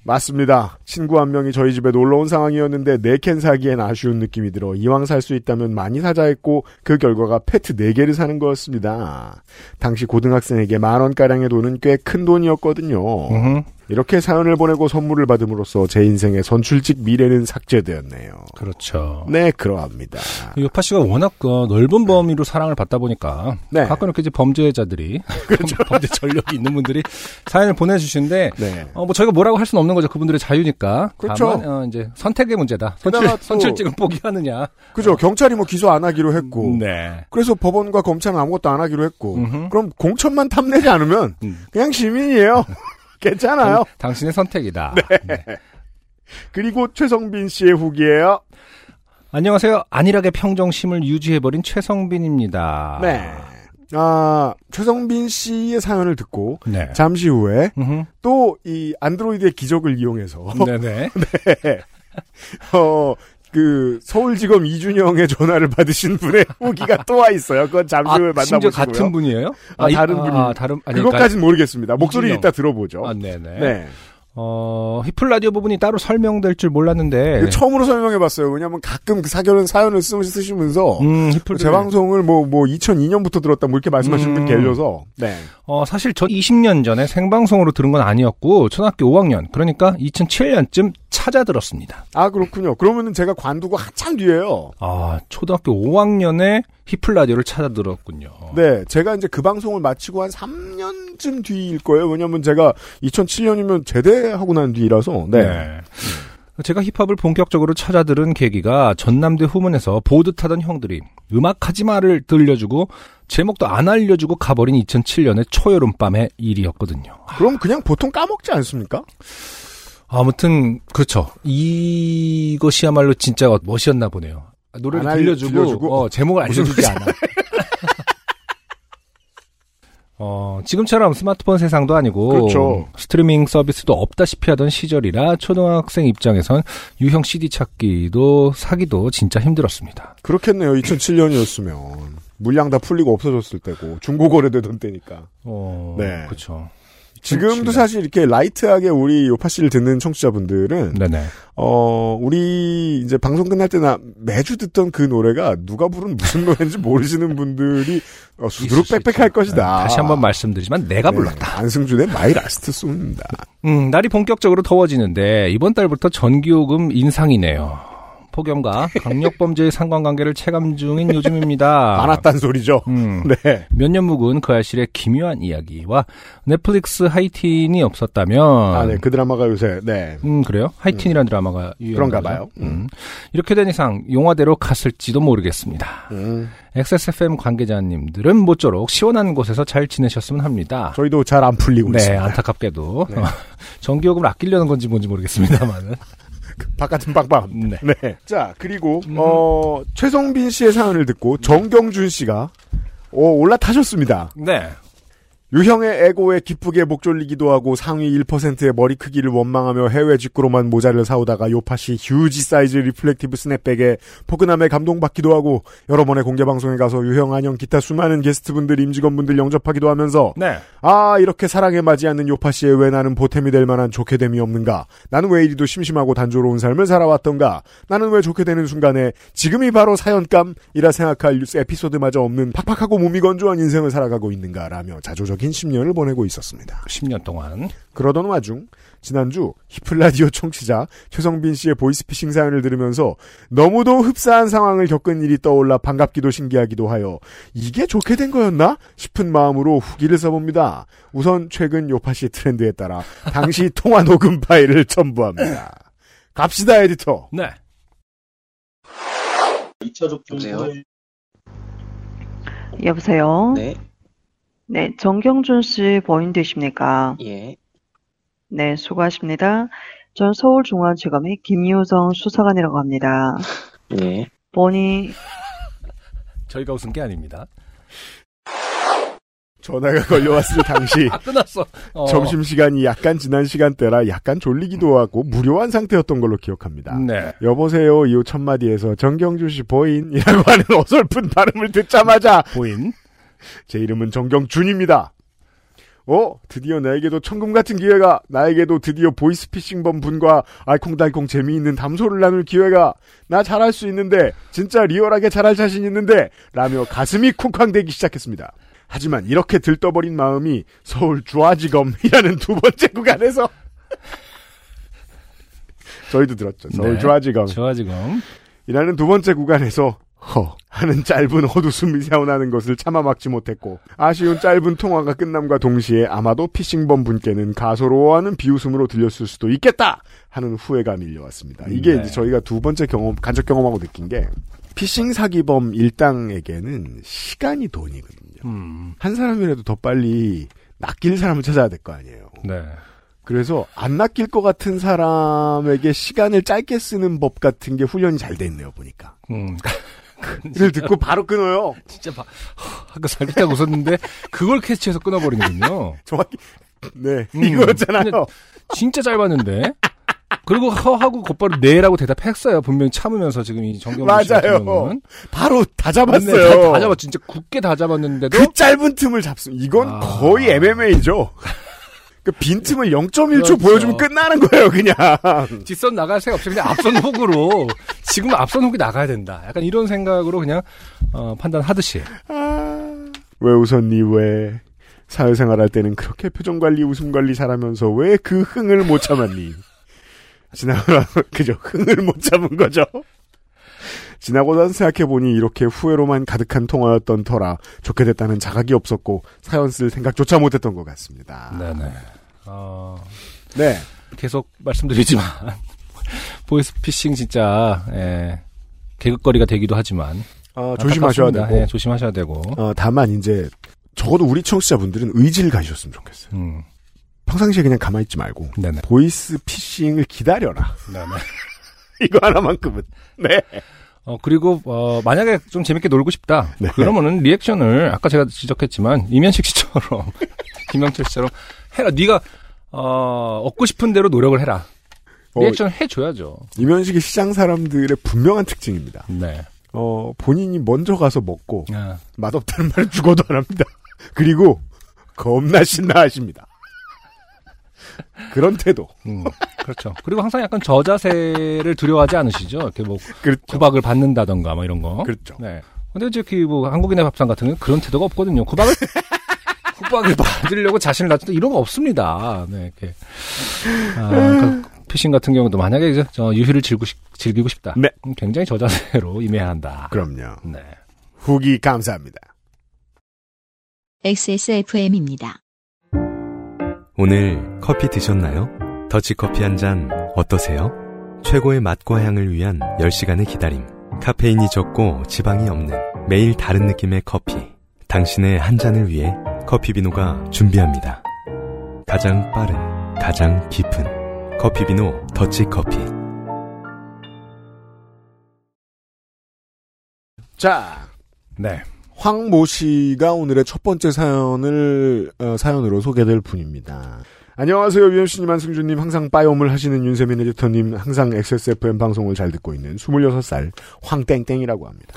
Speaker 1: 맞습니다. 친구 한 명이 저희 집에 놀러 온 상황이었는데 네 캔 사기엔 아쉬운 느낌이 들어 이왕 살 수 있다면 많이 사자 했고 그 결과가 페트 4개를 사는 거였습니다. 당시 고등학생에게 만 원가량의 돈은 꽤 큰 돈이었거든요.
Speaker 2: 음흠.
Speaker 1: 이렇게 사연을 보내고 선물을 받음으로써 제 인생의 선출직 미래는 삭제되었네요.
Speaker 2: 그렇죠.
Speaker 1: 네, 그러합니다.
Speaker 2: 요파 씨가 워낙 어, 넓은 범위로 사랑을 받다 보니까
Speaker 1: 네. 그렇죠.
Speaker 2: 가끔 이렇게 이제 범죄자들이 범죄 전력이 있는 분들이 사연을 보내주시는데
Speaker 1: 네.
Speaker 2: 어, 뭐 저희가 뭐라고 할 수는 없는 거죠. 그분들의 자유니까.
Speaker 1: 그렇죠.
Speaker 2: 다만 어, 이제 선택의 문제다.
Speaker 1: 그나마 또-
Speaker 2: 선출, 선출직을 포기하느냐.
Speaker 1: 그죠? 경찰이 뭐 기소 안 하기로 했고.
Speaker 2: 어. 네.
Speaker 1: 그래서 법원과 검찰은 아무것도 안 하기로 했고.
Speaker 2: 음흠.
Speaker 1: 그럼 공천만 탐내지 않으면
Speaker 2: 음.
Speaker 1: 그냥 시민이에요. 괜찮아요. 네.
Speaker 2: 당- 당신의 선택이다. 네.
Speaker 1: 그리고 최성빈 씨의 후기예요.
Speaker 2: 안녕하세요. 안일하게 평정심을 유지해버린 최성빈입니다.
Speaker 1: 네. 아, 최성빈 씨의 사연을 듣고
Speaker 2: 네.
Speaker 1: 잠시 후에
Speaker 2: 음흠.
Speaker 1: 또 이 안드로이드의 기적을 이용해서
Speaker 2: 네네. 네.
Speaker 1: 어, 그 서울지검 이준영의 전화를 받으신 분의 후기가 또 와 있어요. 그건 잠시 후에
Speaker 2: 아, 심지어
Speaker 1: 만나보시고요.
Speaker 2: 같은 분이에요?
Speaker 1: 아,
Speaker 2: 이-
Speaker 1: 다른 분이.
Speaker 2: 아, 다른 아니,
Speaker 1: 그것까지는 모르겠습니다. 목소리
Speaker 2: 이준영.
Speaker 1: 이따 들어보죠.
Speaker 2: 그러니까- 아, 네네.
Speaker 1: 네.
Speaker 2: 어, 히플 라디오 부분이 따로 설명될 줄 몰랐는데.
Speaker 1: 이거 처음으로 설명해봤어요. 왜냐하면 가끔 그 사견은 사연을 쓰- 쓰시면서
Speaker 2: 음, 히플
Speaker 1: 제 방송을 뭐, 뭐 2002년부터 들었다 뭐 이렇게 말씀하시는
Speaker 2: 음.
Speaker 1: 분 계셔서 네.
Speaker 2: 어, 사실 전 20년 전에 생방송으로 들은 건 아니었고 초등학교 5학년 그러니까 2007년쯤 찾아 들었습니다.
Speaker 1: 아 그렇군요. 그러면은 제가 관두고 한참 뒤에요.
Speaker 2: 아, 초등학교 5학년에 히플 라디오를 찾아 들었군요.
Speaker 1: 네, 제가 이제 그 방송을 마치고 한 3년쯤 뒤일 거예요. 왜냐면 제가 2007년이면 제대하고 난 뒤라서. 네.
Speaker 2: 네. 제가 힙합을 본격적으로 찾아들은 계기가 전남대 후문에서 보드 타던 형들이 음악하지 마를 들려주고 제목도 안 알려주고 가버린 2007년의 초여름 밤의 일이었거든요.
Speaker 1: 그럼 그냥 보통 까먹지 않습니까?
Speaker 2: 아무튼 그렇죠. 이것이야말로 진짜 멋이었나 보네요. 노래를
Speaker 1: 안 알-
Speaker 2: 들려주고,
Speaker 1: 들려주고.
Speaker 2: 어, 제목을
Speaker 1: 무슨
Speaker 2: 알려주지 않아. 어, 지금처럼 스마트폰 세상도 아니고
Speaker 1: 그렇죠.
Speaker 2: 스트리밍 서비스도 없다시피 하던 시절이라 초등학생 입장에선 유형 CD 찾기도 사기도 진짜 힘들었습니다.
Speaker 1: 그렇겠네요. 2007년이었으면. 물량 다 풀리고 없어졌을 때고, 중고 거래되던 때니까.
Speaker 2: 어,
Speaker 1: 네.
Speaker 2: 그렇죠.
Speaker 1: 지금도 사실 이렇게 라이트하게 우리 요파 씨를 듣는 청취자분들은,
Speaker 2: 네네.
Speaker 1: 어, 우리 이제 방송 끝날 때나 매주 듣던 그 노래가 누가 부른 무슨 노래인지 모르시는 분들이 어,
Speaker 2: 있을
Speaker 1: 수두룩
Speaker 2: 수 있죠. 네,
Speaker 1: 빽빽할 것이다.
Speaker 2: 다시 한번 말씀드리지만 내가 불렀다.
Speaker 1: 네, 안승준의 마이 라스트 송입니다.
Speaker 2: 음, 날이 본격적으로 더워지는데 이번 달부터 전기요금 인상이네요. 폭염과 강력 범죄의 상관관계를 체감 중인 요즘입니다.
Speaker 1: 많았단 소리죠.
Speaker 2: 아. 음,
Speaker 1: 네.
Speaker 2: 몇 년 묵은 그 알실의 기묘한 이야기와 넷플릭스 하이틴이 없었다면
Speaker 1: 아, 네. 그 드라마가 요새, 네.
Speaker 2: 음 그래요? 하이틴이라는 드라마가 유행한
Speaker 1: 그런가
Speaker 2: 거죠?
Speaker 1: 봐요.
Speaker 2: 음. 이렇게 된 이상 영화대로 갔을지도 모르겠습니다.
Speaker 1: 음.
Speaker 2: XSFM 관계자님들은 모쪼록 시원한 곳에서 잘 지내셨으면 합니다.
Speaker 1: 저희도 잘 안 풀리고
Speaker 2: 네,
Speaker 1: 있습니다.
Speaker 2: 안타깝게도 전기요금을 아끼려는 건지 뭔지 모르겠습니다만은.
Speaker 1: 바깥은 빵빵.
Speaker 2: 네.
Speaker 1: 네. 자, 그리고,
Speaker 2: 음.
Speaker 1: 어, 최성빈 씨의 사연을 듣고 정경준 씨가, 오, 올라타셨습니다.
Speaker 2: 네.
Speaker 1: 유형의 에고에 기쁘게 목 졸리기도 하고 상위 1%의 머리 크기를 원망하며 해외 직구로만 모자를 사오다가 요파시 휴지 사이즈 리플렉티브 스냅백에 포근함에 감동받기도 하고 여러 번의 공개 방송에 가서 유형 안형 기타 수많은 게스트분들 임직원분들 영접하기도 하면서
Speaker 2: 네.
Speaker 1: 아 이렇게 사랑에 맞지 않는 요파씨에 왜 나는 보탬이 될 만한 좋게 됨이 없는가 나는 왜 이리도 심심하고 단조로운 삶을 살아왔던가 나는 왜 좋게 되는 순간에 지금이 바로 사연감이라 생각할 뉴스 에피소드마저 없는 팍팍하고 몸이 건조한 인생을 살아가고 있는가라며 자조적인 10년을 보내고 있었습니다
Speaker 2: 10년 동안.
Speaker 1: 그러던 와중 지난주 히플라디오 청취자 최성빈 씨의 보이스피싱 사연을 들으면서 너무도 흡사한 상황을 겪은 일이 떠올라 반갑기도 신기하기도 하여 이게 좋게 된 거였나 싶은 마음으로 후기를 써봅니다. 우선 최근 요파시 트렌드에 따라 당시 통화 녹음 파일을 첨부합니다. 갑시다 에디터.
Speaker 2: 네.
Speaker 7: 2차적 중고의
Speaker 8: 여보세요?
Speaker 7: 네,
Speaker 8: 네, 정경준 씨 본인 되십니까?
Speaker 7: 예,
Speaker 8: 네, 수고하십니다. 전 서울중앙지검의 김효성 수사관이라고 합니다.
Speaker 7: 예.
Speaker 8: 본인,
Speaker 2: 저희가 웃은 게 아닙니다.
Speaker 1: 전화가 걸려왔을 당시
Speaker 2: 아, 끝났어. 어.
Speaker 1: 점심시간이 약간 지난 시간대라 약간 졸리기도 하고 무료한 상태였던 걸로 기억합니다.
Speaker 2: 네.
Speaker 1: 여보세요 이후 첫마디에서 정경주 씨 보인이라고 하는 어설픈 발음을 듣자마자
Speaker 2: 보인.
Speaker 1: 제 이름은 정경준입니다. 어? 드디어 나에게도 천금 같은 기회가 나에게도 드디어 보이스피싱범 분과 알콩달콩 재미있는 담소를 나눌 기회가 나 잘할 수 있는데 진짜 리얼하게 잘할 자신 있는데 라며 가슴이 쿵쾅대기 시작했습니다. 하지만 이렇게 들떠버린 마음이 서울 주화지검이라는 두 번째 구간에서 저희도 들었죠. 서울
Speaker 2: 네.
Speaker 1: 주화지검
Speaker 2: 좋아지금.
Speaker 1: 이라는 두 번째 구간에서 허 하는 짧은 헛웃음이 새어나는 것을 참아 막지 못했고 아쉬운 짧은 통화가 끝남과 동시에 아마도 피싱범 분께는 가소로워하는 비웃음으로 들렸을 수도 있겠다 하는 후회가 밀려왔습니다. 이게
Speaker 2: 네.
Speaker 1: 이제 저희가 두 번째 경험 간접 경험하고 느낀 게 피싱 사기범 일당에게는 시간이 돈이거든요.
Speaker 2: 음.
Speaker 1: 한 사람이라도 더 빨리 낚일 사람을 찾아야 될 거 아니에요.
Speaker 2: 네.
Speaker 1: 그래서 안 낚일 것 같은 사람에게 시간을 짧게 쓰는 법 같은 게 훈련이 잘 돼 있네요 보니까.
Speaker 2: 음.
Speaker 1: 를 듣고 바로 끊어요.
Speaker 2: 진짜 봐. 아까 살짝 웃었는데 그걸 캐치해서 끊어버리는군요.
Speaker 1: 정확히. 네.
Speaker 2: 음.
Speaker 1: 이거였잖아요.
Speaker 2: 근데 진짜 짧았는데. 그리고 허 하고 곧바로 네라고 대답했어요. 분명히 참으면서 지금 이 정경훈 씨
Speaker 1: 맞아요.
Speaker 2: 같은 경우는.
Speaker 1: 바로 다
Speaker 2: 네,
Speaker 1: 잡았어요.
Speaker 2: 다, 다 잡았. 진짜 굳게 다 잡았는데도
Speaker 1: 그 짧은 틈을 잡습니다. 이건
Speaker 2: 아.
Speaker 1: 거의 MMA죠. 그 빈틈을 0.1초
Speaker 2: 그렇죠.
Speaker 1: 보여주면 끝나는 거예요, 그냥.
Speaker 2: 뒷선 나갈 생각 없이 그냥 앞선 혹으로 지금 앞선 혹이 나가야 된다. 약간 이런 생각으로 그냥 어, 판단하듯이.
Speaker 1: 아, 왜 웃었니, 왜? 사회생활 할 때는 그렇게 표정 관리, 웃음 관리 잘하면서 왜 그 흥을 못 참았니? 지나고 나서, 그죠. 흥을 못 참은 거죠. 지나고 나서 생각해보니 이렇게 후회로만 가득한 통화였던 터라 좋게 됐다는 자각이 없었고 사연 쓸 생각조차 못했던 것 같습니다.
Speaker 2: 네네. 어,
Speaker 1: 네.
Speaker 2: 계속 말씀드리지만 보이스피싱 진짜 예, 개그거리가 되기도 하지만
Speaker 1: 어, 조심하셔야
Speaker 2: 안타깝습니다.
Speaker 1: 되고.
Speaker 2: 예, 조심하셔야 되고.
Speaker 1: 어, 다만 이제 적어도 우리 청취자분들은 의지를 가지셨으면 좋겠어요.
Speaker 2: 음,
Speaker 1: 평상시에 그냥 가만히 있지 말고
Speaker 2: 네네.
Speaker 1: 보이스 피싱을 기다려라.
Speaker 2: 네네.
Speaker 1: 이거 하나만큼은. 네.
Speaker 2: 어, 그리고, 어, 만약에 좀 재밌게 놀고 싶다.
Speaker 1: 네.
Speaker 2: 그러면은 리액션을, 아까 제가 지적했지만, 이면식 씨처럼, 김영철 씨처럼, 해라. 네가 어, 얻고 싶은 대로 노력을 해라.
Speaker 1: 어,
Speaker 2: 리액션 해줘야죠.
Speaker 1: 이면식이 시장 사람들의 분명한 특징입니다.
Speaker 2: 네.
Speaker 1: 어, 본인이 먼저 가서 먹고
Speaker 2: 아,
Speaker 1: 맛없다는 말을 죽어도 안 합니다. 그리고 겁나 신나하십니다. 그런 태도.
Speaker 2: 음, 그렇죠. 그리고 항상 약간 저자세를 두려워하지 않으시죠? 이렇게 뭐,
Speaker 1: 그렇죠.
Speaker 2: 구박을 받는다던가, 뭐 이런 거.
Speaker 1: 그렇죠.
Speaker 2: 네. 근데 이제 그 뭐, 한국인의 밥상 같은 경우는 그런 태도가 없거든요. 구박을 협박을 받으려고 자신을 낮춘다 이런 거 없습니다. 네, 이렇게. 아, 그러니까 피싱 같은 경우도 만약에 이제 저 유휴를 즐기고, 싶, 즐기고 싶다.
Speaker 1: 네.
Speaker 2: 그럼 굉장히 저자세로 임해야 한다.
Speaker 1: 그럼요.
Speaker 2: 네.
Speaker 1: 후기 감사합니다.
Speaker 3: XSFM입니다.
Speaker 9: 오늘 커피 드셨나요? 더치커피 한 잔 어떠세요? 최고의 맛과 향을 위한 10시간의 기다림. 카페인이 적고 지방이 없는 매일 다른 느낌의 커피. 당신의 한 잔을 위해 커피비노가 준비합니다. 가장 빠른, 가장 깊은 커피비노 더치커피.
Speaker 1: 자,
Speaker 2: 네.
Speaker 1: 황모 씨가 오늘의 첫 번째 사연을 어, 사연으로 소개될 분입니다. 안녕하세요, 유현씨님, 안승준님, 항상 빠염을 하시는 윤세민 에디터님, 항상 XSFM 방송을 잘 듣고 있는 26살 황땡땡이라고 합니다.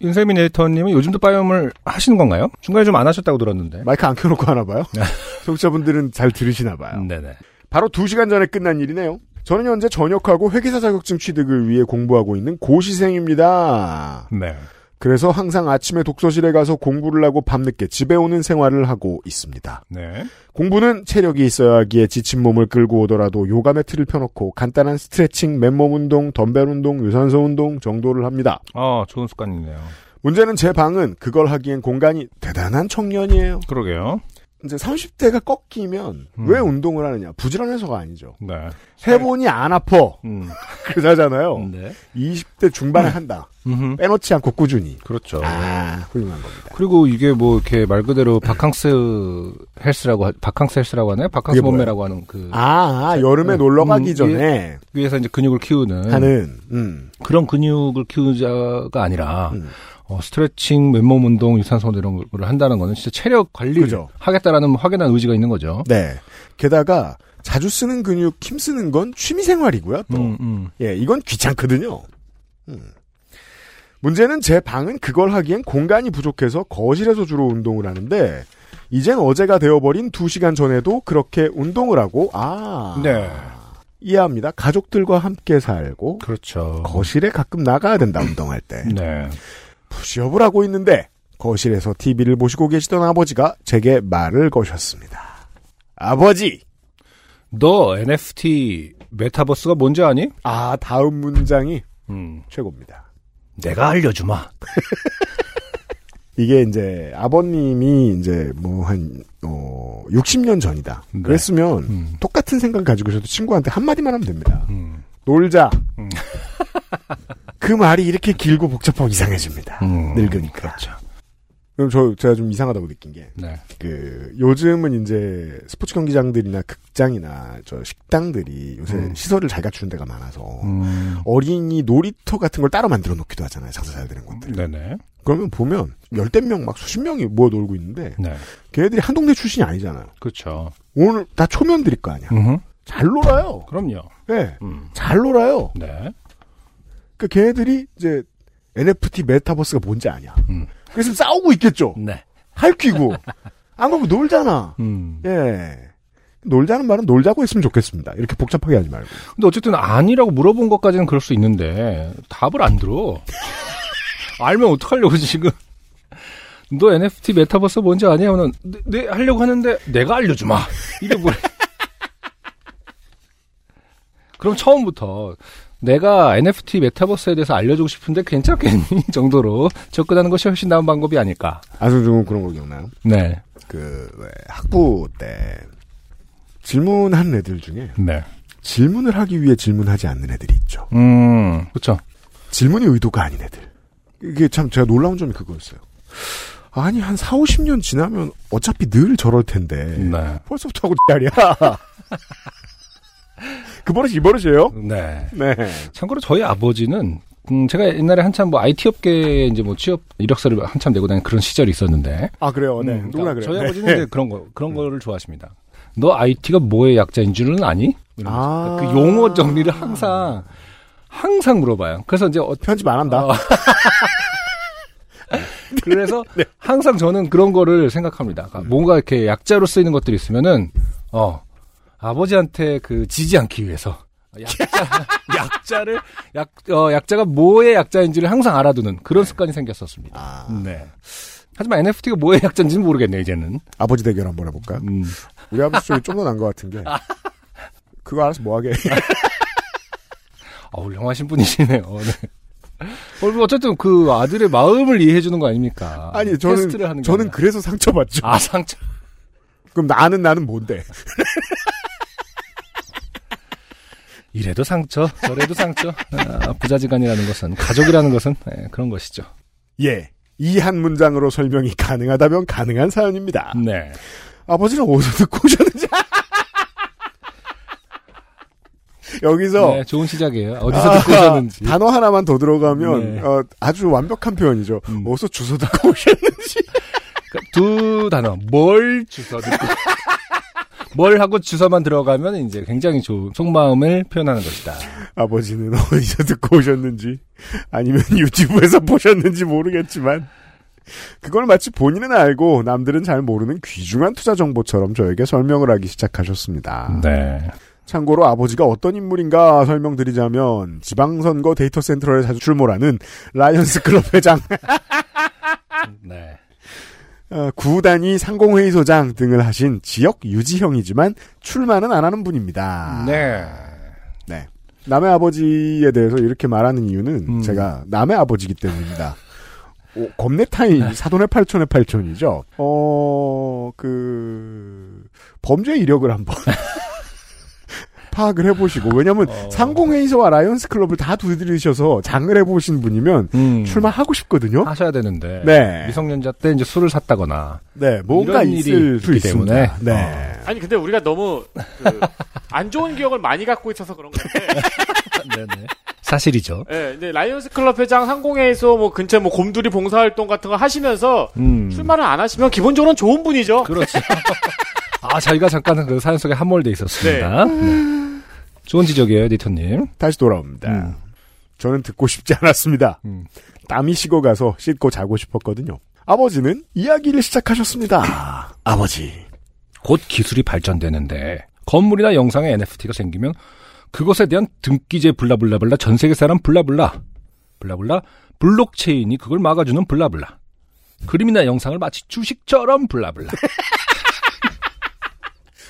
Speaker 2: 윤세민 에디터님은 요즘도 빠염을 하시는 건가요? 중간에 좀 안 하셨다고 들었는데.
Speaker 1: 마이크 안 켜놓고 하나 봐요?
Speaker 2: 네. 음.
Speaker 1: 청취자분들은 잘 들으시나 봐요.
Speaker 2: 네네.
Speaker 1: 바로 2시간 전에 끝난 일이네요. 저는 현재 전역하고 회계사 자격증 취득을 위해 공부하고 있는 고시생입니다.
Speaker 2: 네.
Speaker 1: 그래서 항상 아침에 독서실에 가서 공부를 하고 밤늦게 집에 오는 생활을 하고 있습니다.
Speaker 2: 네.
Speaker 1: 공부는 체력이 있어야 하기에 지친 몸을 끌고 오더라도 요가 매트를 펴놓고 간단한 스트레칭, 맨몸 운동, 덤벨 운동, 유산소 운동 정도를 합니다.
Speaker 2: 아, 좋은 습관이네요.
Speaker 1: 문제는 제 방은 그걸 하기엔 공간이 대단한 청년이에요.
Speaker 2: 그러게요.
Speaker 1: 이제 30대가 꺾이면
Speaker 2: 음.
Speaker 1: 왜 운동을 하느냐? 부지런해서가 아니죠.
Speaker 2: 네.
Speaker 1: 해보니 안 아파.
Speaker 2: 음.
Speaker 1: 그러잖아요.
Speaker 2: 네.
Speaker 1: 20대 중반에 한다.
Speaker 2: 음흠.
Speaker 1: 빼놓지 않고 꾸준히.
Speaker 2: 그렇죠.
Speaker 1: 아, 훌륭한 겁니다.
Speaker 2: 그리고 이게 뭐 이렇게 말 그대로 바캉스 헬스라고 하- 바캉스 헬스라고 하나요? 바캉스
Speaker 1: 그게 뭐예요?
Speaker 2: 몸매라고 하는 그
Speaker 1: 아, 아, 여름에
Speaker 2: 네.
Speaker 1: 놀러 가기
Speaker 2: 음, 예.
Speaker 1: 전에
Speaker 2: 위에서 이제 근육을 키우는
Speaker 1: 하는 음,
Speaker 2: 그런 근육을 키우자가 아니라
Speaker 1: 음.
Speaker 2: 어, 스트레칭, 맨몸 운동, 유산소 운동 이런 걸 한다는 거는 진짜 체력 관리를
Speaker 1: 그죠.
Speaker 2: 하겠다라는 확연한 의지가 있는 거죠.
Speaker 1: 네. 게다가 자주 쓰는 근육 힘 쓰는 건 취미 생활이고요. 또
Speaker 2: 음, 음.
Speaker 1: 예, 이건 귀찮거든요. 음. 문제는 제 방은 그걸 하기엔 공간이 부족해서 거실에서 주로 운동을 하는데 이젠 어제가 되어버린 2시간 전에도 그렇게 운동을 하고 아
Speaker 2: 네.
Speaker 1: 이해합니다. 가족들과 함께 살고
Speaker 2: 그렇죠.
Speaker 1: 거실에 가끔 나가야 된다 운동할 때
Speaker 2: 네.
Speaker 1: 푸시업을 하고 있는데 거실에서 TV를 보시고 계시던 아버지가 제게 말을 거셨습니다. 아버지!
Speaker 2: 너 NFT 메타버스가 뭔지 아니?
Speaker 1: 아 다음 문장이
Speaker 2: 음.
Speaker 1: 최고입니다.
Speaker 2: 내가 알려주마.
Speaker 1: 이게 이제 아버님이 이제 뭐 한 어, 60년 전이다.
Speaker 2: 네.
Speaker 1: 그랬으면
Speaker 2: 음.
Speaker 1: 똑같은 생각 가지고 계셔도 친구한테 한마디만 하면 됩니다.
Speaker 2: 음.
Speaker 1: 놀자.
Speaker 2: 음.
Speaker 1: 그 말이 이렇게 길고 복잡하고 이상해집니다.
Speaker 2: 음.
Speaker 1: 늙으니까.
Speaker 2: 그렇죠.
Speaker 1: 그럼 저 제가 좀 이상하다고 느낀 게
Speaker 2: 네.
Speaker 1: 그 요즘은 이제 스포츠 경기장들이나 극장이나 저 식당들이 요새
Speaker 2: 음.
Speaker 1: 시설을 잘 갖추는 데가 많아서
Speaker 2: 음.
Speaker 1: 어린이 놀이터 같은 걸 따로 만들어 놓기도 하잖아요. 장사 잘 되는 것들.
Speaker 2: 네네.
Speaker 1: 그러면 보면 열댓 명 막 수십 명이 모여 놀고 있는데
Speaker 2: 네.
Speaker 1: 걔네들이 한 동네 출신이 아니잖아요.
Speaker 2: 그렇죠.
Speaker 1: 오늘 다 초면들일 거 아니야.
Speaker 2: 음흠.
Speaker 1: 잘 놀아요.
Speaker 2: 그럼요.
Speaker 1: 예.
Speaker 2: 음.
Speaker 1: 잘 놀아요.
Speaker 2: 네.
Speaker 1: 그 걔네들이 이제 NFT 메타버스가 뭔지 아냐.
Speaker 2: 음.
Speaker 1: 그래서 싸우고 있겠죠.
Speaker 2: 네.
Speaker 1: 할 끼고. 안 그러고 놀잖아.
Speaker 2: 음.
Speaker 1: 예. 놀자는 말은 놀자고 했으면 좋겠습니다. 이렇게 복잡하게 하지 말고.
Speaker 2: 근데 어쨌든 아니라고 물어본 것까지는 그럴 수 있는데 답을 안 들어. 알면 어떡하려고 지금. 너 NFT 메타버스 뭔지 아냐? 하면 네, 네, 하려고 하는데 내가 알려주마. 이게 뭐래. 그럼 처음부터 내가 NFT 메타버스에 대해서 알려주고 싶은데 괜찮겠니? 정도로 접근하는 것이 훨씬 나은 방법이 아닐까.
Speaker 1: 안승준은 그런 거 기억나요?
Speaker 2: 네.
Speaker 1: 그, 왜, 학부 때, 질문하는 애들 중에,
Speaker 2: 네.
Speaker 1: 질문을 하기 위해 질문하지 않는 애들이 있죠.
Speaker 2: 음. 그렇죠.
Speaker 1: 질문이 의도가 아닌 애들. 이게 참 제가 놀라운 점이 그거였어요. 아니, 한 4, 50년 지나면 어차피 늘 저럴 텐데,
Speaker 2: 네.
Speaker 1: 벌써부터 하고 X자리야. 그 버릇이 이 버릇이에요?
Speaker 2: 네.
Speaker 1: 네.
Speaker 2: 참고로 저희 아버지는 음, 제가 옛날에 한참 뭐 IT 업계에 이제 뭐 취업 이력서를 한참 내고 다닌 그런 시절이 있었는데.
Speaker 1: 아, 그래요. 네.
Speaker 2: 음,
Speaker 1: 누구나
Speaker 2: 그러니까
Speaker 1: 그래요.
Speaker 2: 저희
Speaker 1: 네.
Speaker 2: 아버지는 이제 그런 거 그런 거를 좋아하십니다. 너 IT가 뭐의 약자인 줄은 아니? 이런
Speaker 1: 아.
Speaker 2: 거죠. 그 용어 정리를 항상 항상 물어봐요. 그래서 이제 어,
Speaker 1: 편집 안 한다.
Speaker 2: 어. 그래서
Speaker 1: 네.
Speaker 2: 항상 저는 그런 거를 생각합니다. 그러니까
Speaker 1: 음.
Speaker 2: 뭔가 이렇게 약자로 쓰이는 것들이 있으면은 어 아버지한테 그 지지 않기 위해서 약자, 약자를 약 어, 약자가 뭐의 약자인지를 항상 알아두는 그런 습관이 생겼었습니다.
Speaker 1: 네. 아.
Speaker 2: 네. 하지만 NFT가 뭐의 약자인지는 모르겠네요, 이제는.
Speaker 1: 아버지 대결 한번 해볼까요?
Speaker 2: 음.
Speaker 1: 우리 아버지 쪽이 좀 더 난 것 같은 게.
Speaker 2: 아.
Speaker 1: 그거 알아서 뭐하게.
Speaker 2: 어, 훌륭하신 분이시네요. 어, 네. 어, 뭐 어쨌든 그 아들의 마음을 이해해주는 거 아닙니까?
Speaker 1: 아니,
Speaker 2: 테스트를 하는 게
Speaker 1: 저는, 저는
Speaker 2: 아니라.
Speaker 1: 그래서 상처받죠.
Speaker 2: 아, 상처.
Speaker 1: 그럼 나는 나는 뭔데?
Speaker 2: 이래도 상처, 저래도 상처. 아, 부자지간이라는 것은, 가족이라는 것은 예, 그런 것이죠.
Speaker 1: 예. 이 한 문장으로 설명이 가능하다면 가능한 사연입니다.
Speaker 2: 네.
Speaker 1: 아버지는 어디서 듣고 오셨는지. 여기서
Speaker 2: 네, 좋은 시작이에요. 어디서 듣고 오셨는지.
Speaker 1: 단어 하나만 더 들어가면
Speaker 2: 네.
Speaker 1: 어, 아주 완벽한 표현이죠. 뭐
Speaker 2: 음.
Speaker 1: 어디서 주소 듣고 오셨는지.
Speaker 2: 두 단어. 뭘 주서 듣고. 뭘 하고 주서만 들어가면 이제 굉장히 좋은 속마음을 표현하는 것이다.
Speaker 1: 아버지는 어디서 듣고 오셨는지 아니면 유튜브에서 보셨는지 모르겠지만 그걸 마치 본인은 알고 남들은 잘 모르는 귀중한 투자 정보처럼 저에게 설명을 하기 시작하셨습니다.
Speaker 2: 네.
Speaker 1: 참고로 아버지가 어떤 인물인가 설명드리자면 지방선거 데이터 센터를 자주 출몰하는 라이언스 클럽 회장,
Speaker 2: 네.
Speaker 1: 어, 구단위 상공회의 소장 등을 하신 지역 유지형이지만 출마는 안 하는 분입니다.
Speaker 2: 네.
Speaker 1: 남의 아버지에 대해서 이렇게 말하는 이유는
Speaker 2: 음.
Speaker 1: 제가 남의 아버지기 때문입니다. 오, 겁내타인 사돈의 팔촌의 팔촌이죠. 어, 그 범죄 이력을 한번 파악을 해보시고 왜냐하면
Speaker 2: 어.
Speaker 1: 상공회의소와 라이언스 클럽을 다 두드리셔서 장을 해보신 분이면
Speaker 2: 음. 아,
Speaker 1: 출마하고 싶거든요.
Speaker 2: 하셔야 되는데.
Speaker 1: 네.
Speaker 2: 미성년자 때 이제 술을 샀다거나.
Speaker 1: 네, 뭔가
Speaker 2: 이런 일이
Speaker 1: 있을 수
Speaker 2: 있기
Speaker 1: 있습니다.
Speaker 2: 때문에. 어.
Speaker 1: 네,
Speaker 5: 아니 근데 우리가 너무 그, 안 좋은 기억을 많이 갖고 있어서 그런 건데.
Speaker 2: 네네. 사실이죠.
Speaker 5: 예, 근데 라이언스 클럽 회장 상공회에서 뭐 근처에 뭐 곰돌이 봉사활동 같은 거 하시면서
Speaker 2: 음.
Speaker 5: 출마를 안 하시면 기본적으로는 좋은 분이죠.
Speaker 2: 그렇죠. 아, 저희가 잠깐 그 사연 속에 함몰돼 있었습니다. 네. 좋은 지적이에요, 니터님.
Speaker 1: 다시 돌아옵니다.
Speaker 2: 음.
Speaker 1: 저는 듣고 싶지 않았습니다.
Speaker 2: 음.
Speaker 1: 땀이 식어가서 씻고 자고 싶었거든요. 아버지는 이야기를 시작하셨습니다. 아버지.
Speaker 2: 곧 기술이 발전되는데 건물이나 영상에 NFT가 생기면 그것에 대한 등기제 블라블라블라 전 세계 사람 블라블라 블라블라 블록체인이 그걸 막아주는 블라블라 그림이나 영상을 마치 주식처럼 블라블라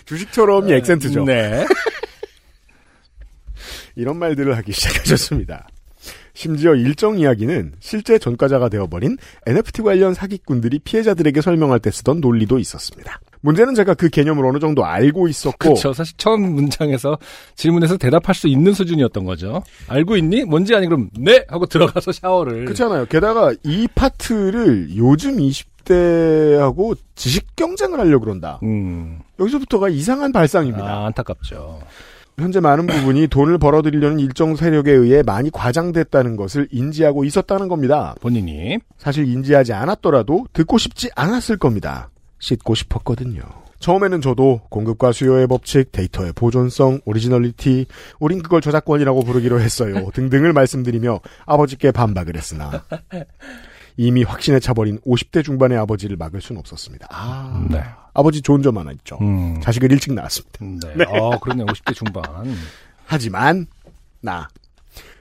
Speaker 1: 주식처럼이 액센트죠.
Speaker 2: 네.
Speaker 1: 이런 말들을 하기 시작하셨습니다. 심지어 일정 이야기는 실제 전과자가 되어버린 NFT 관련 사기꾼들이 피해자들에게 설명할 때 쓰던 논리도 있었습니다. 문제는 제가 그 개념을 어느 정도 알고 있었고
Speaker 2: 그렇죠. 사실 처음 문장에서 질문에서 대답할 수 있는 수준이었던 거죠. 알고 있니? 뭔지 아니 그럼 네 하고 들어가서 샤워를.
Speaker 1: 그렇잖아요. 게다가 이 파트를 요즘 20대하고 지식 경쟁을 하려고 그런다.
Speaker 2: 음.
Speaker 1: 여기서부터가 이상한 발상입니다.
Speaker 2: 아, 안타깝죠.
Speaker 1: 현재 많은 부분이 돈을 벌어들이려는 일정 세력에 의해 많이 과장됐다는 것을 인지하고 있었다는 겁니다.
Speaker 2: 본인이
Speaker 1: 사실 인지하지 않았더라도 듣고 싶지 않았을 겁니다. 씻고 싶었거든요. 처음에는 저도 공급과 수요의 법칙, 데이터의 보존성, 오리지널리티, 우린 그걸 저작권이라고 부르기로 했어요. 등등을 말씀드리며 아버지께 반박을 했으나 이미 확신에 차버린 50대 중반의 아버지를 막을 순 없었습니다. 아,
Speaker 2: 네.
Speaker 1: 아버지 좋은 점 하나 있죠.
Speaker 2: 음.
Speaker 1: 자식을 일찍 낳았습니다.
Speaker 2: 네. 어, 그러네. 50대 중반.
Speaker 1: 하지만 나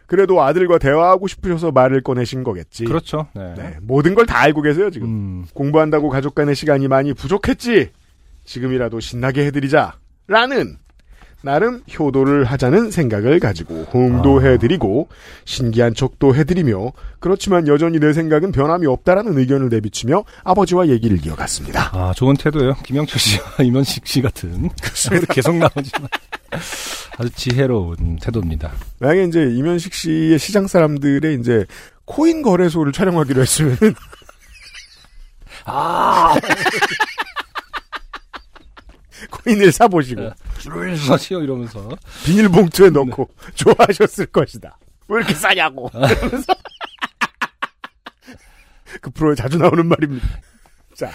Speaker 1: 그래도 아들과 대화하고 싶으셔서 말을 꺼내신 거겠지.
Speaker 2: 그렇죠. 네.
Speaker 1: 네, 모든 걸 다 알고 계세요 지금.
Speaker 2: 음.
Speaker 1: 공부한다고 가족 간의 시간이 많이 부족했지. 지금이라도 신나게 해드리자. 라는 나름 효도를 하자는 생각을 가지고
Speaker 2: 아.
Speaker 1: 호응도 해드리고 신기한 척도 해드리며 그렇지만 여전히 내 생각은 변함이 없다라는 의견을 내비치며 아버지와 얘기를 이어갔습니다.
Speaker 2: 아, 좋은 태도예요. 김영철 씨와 임현식 씨 같은. 아무래도 계속 나오지만. 아주 지혜로운 태도입니다.
Speaker 1: 만약에 이제 이면식 씨의 시장 사람들의 이제 코인 거래소를 촬영하기로 했으면
Speaker 2: 아!
Speaker 1: 코인을 사보시고
Speaker 2: 줄을 서시오, 이러면서.
Speaker 1: 비닐봉투에 넣고 좋아하셨을 것이다. 네. 아. 왜 이렇게 싸냐고. 이러면서. 그 프로에 자주 나오는 말입니다. 자.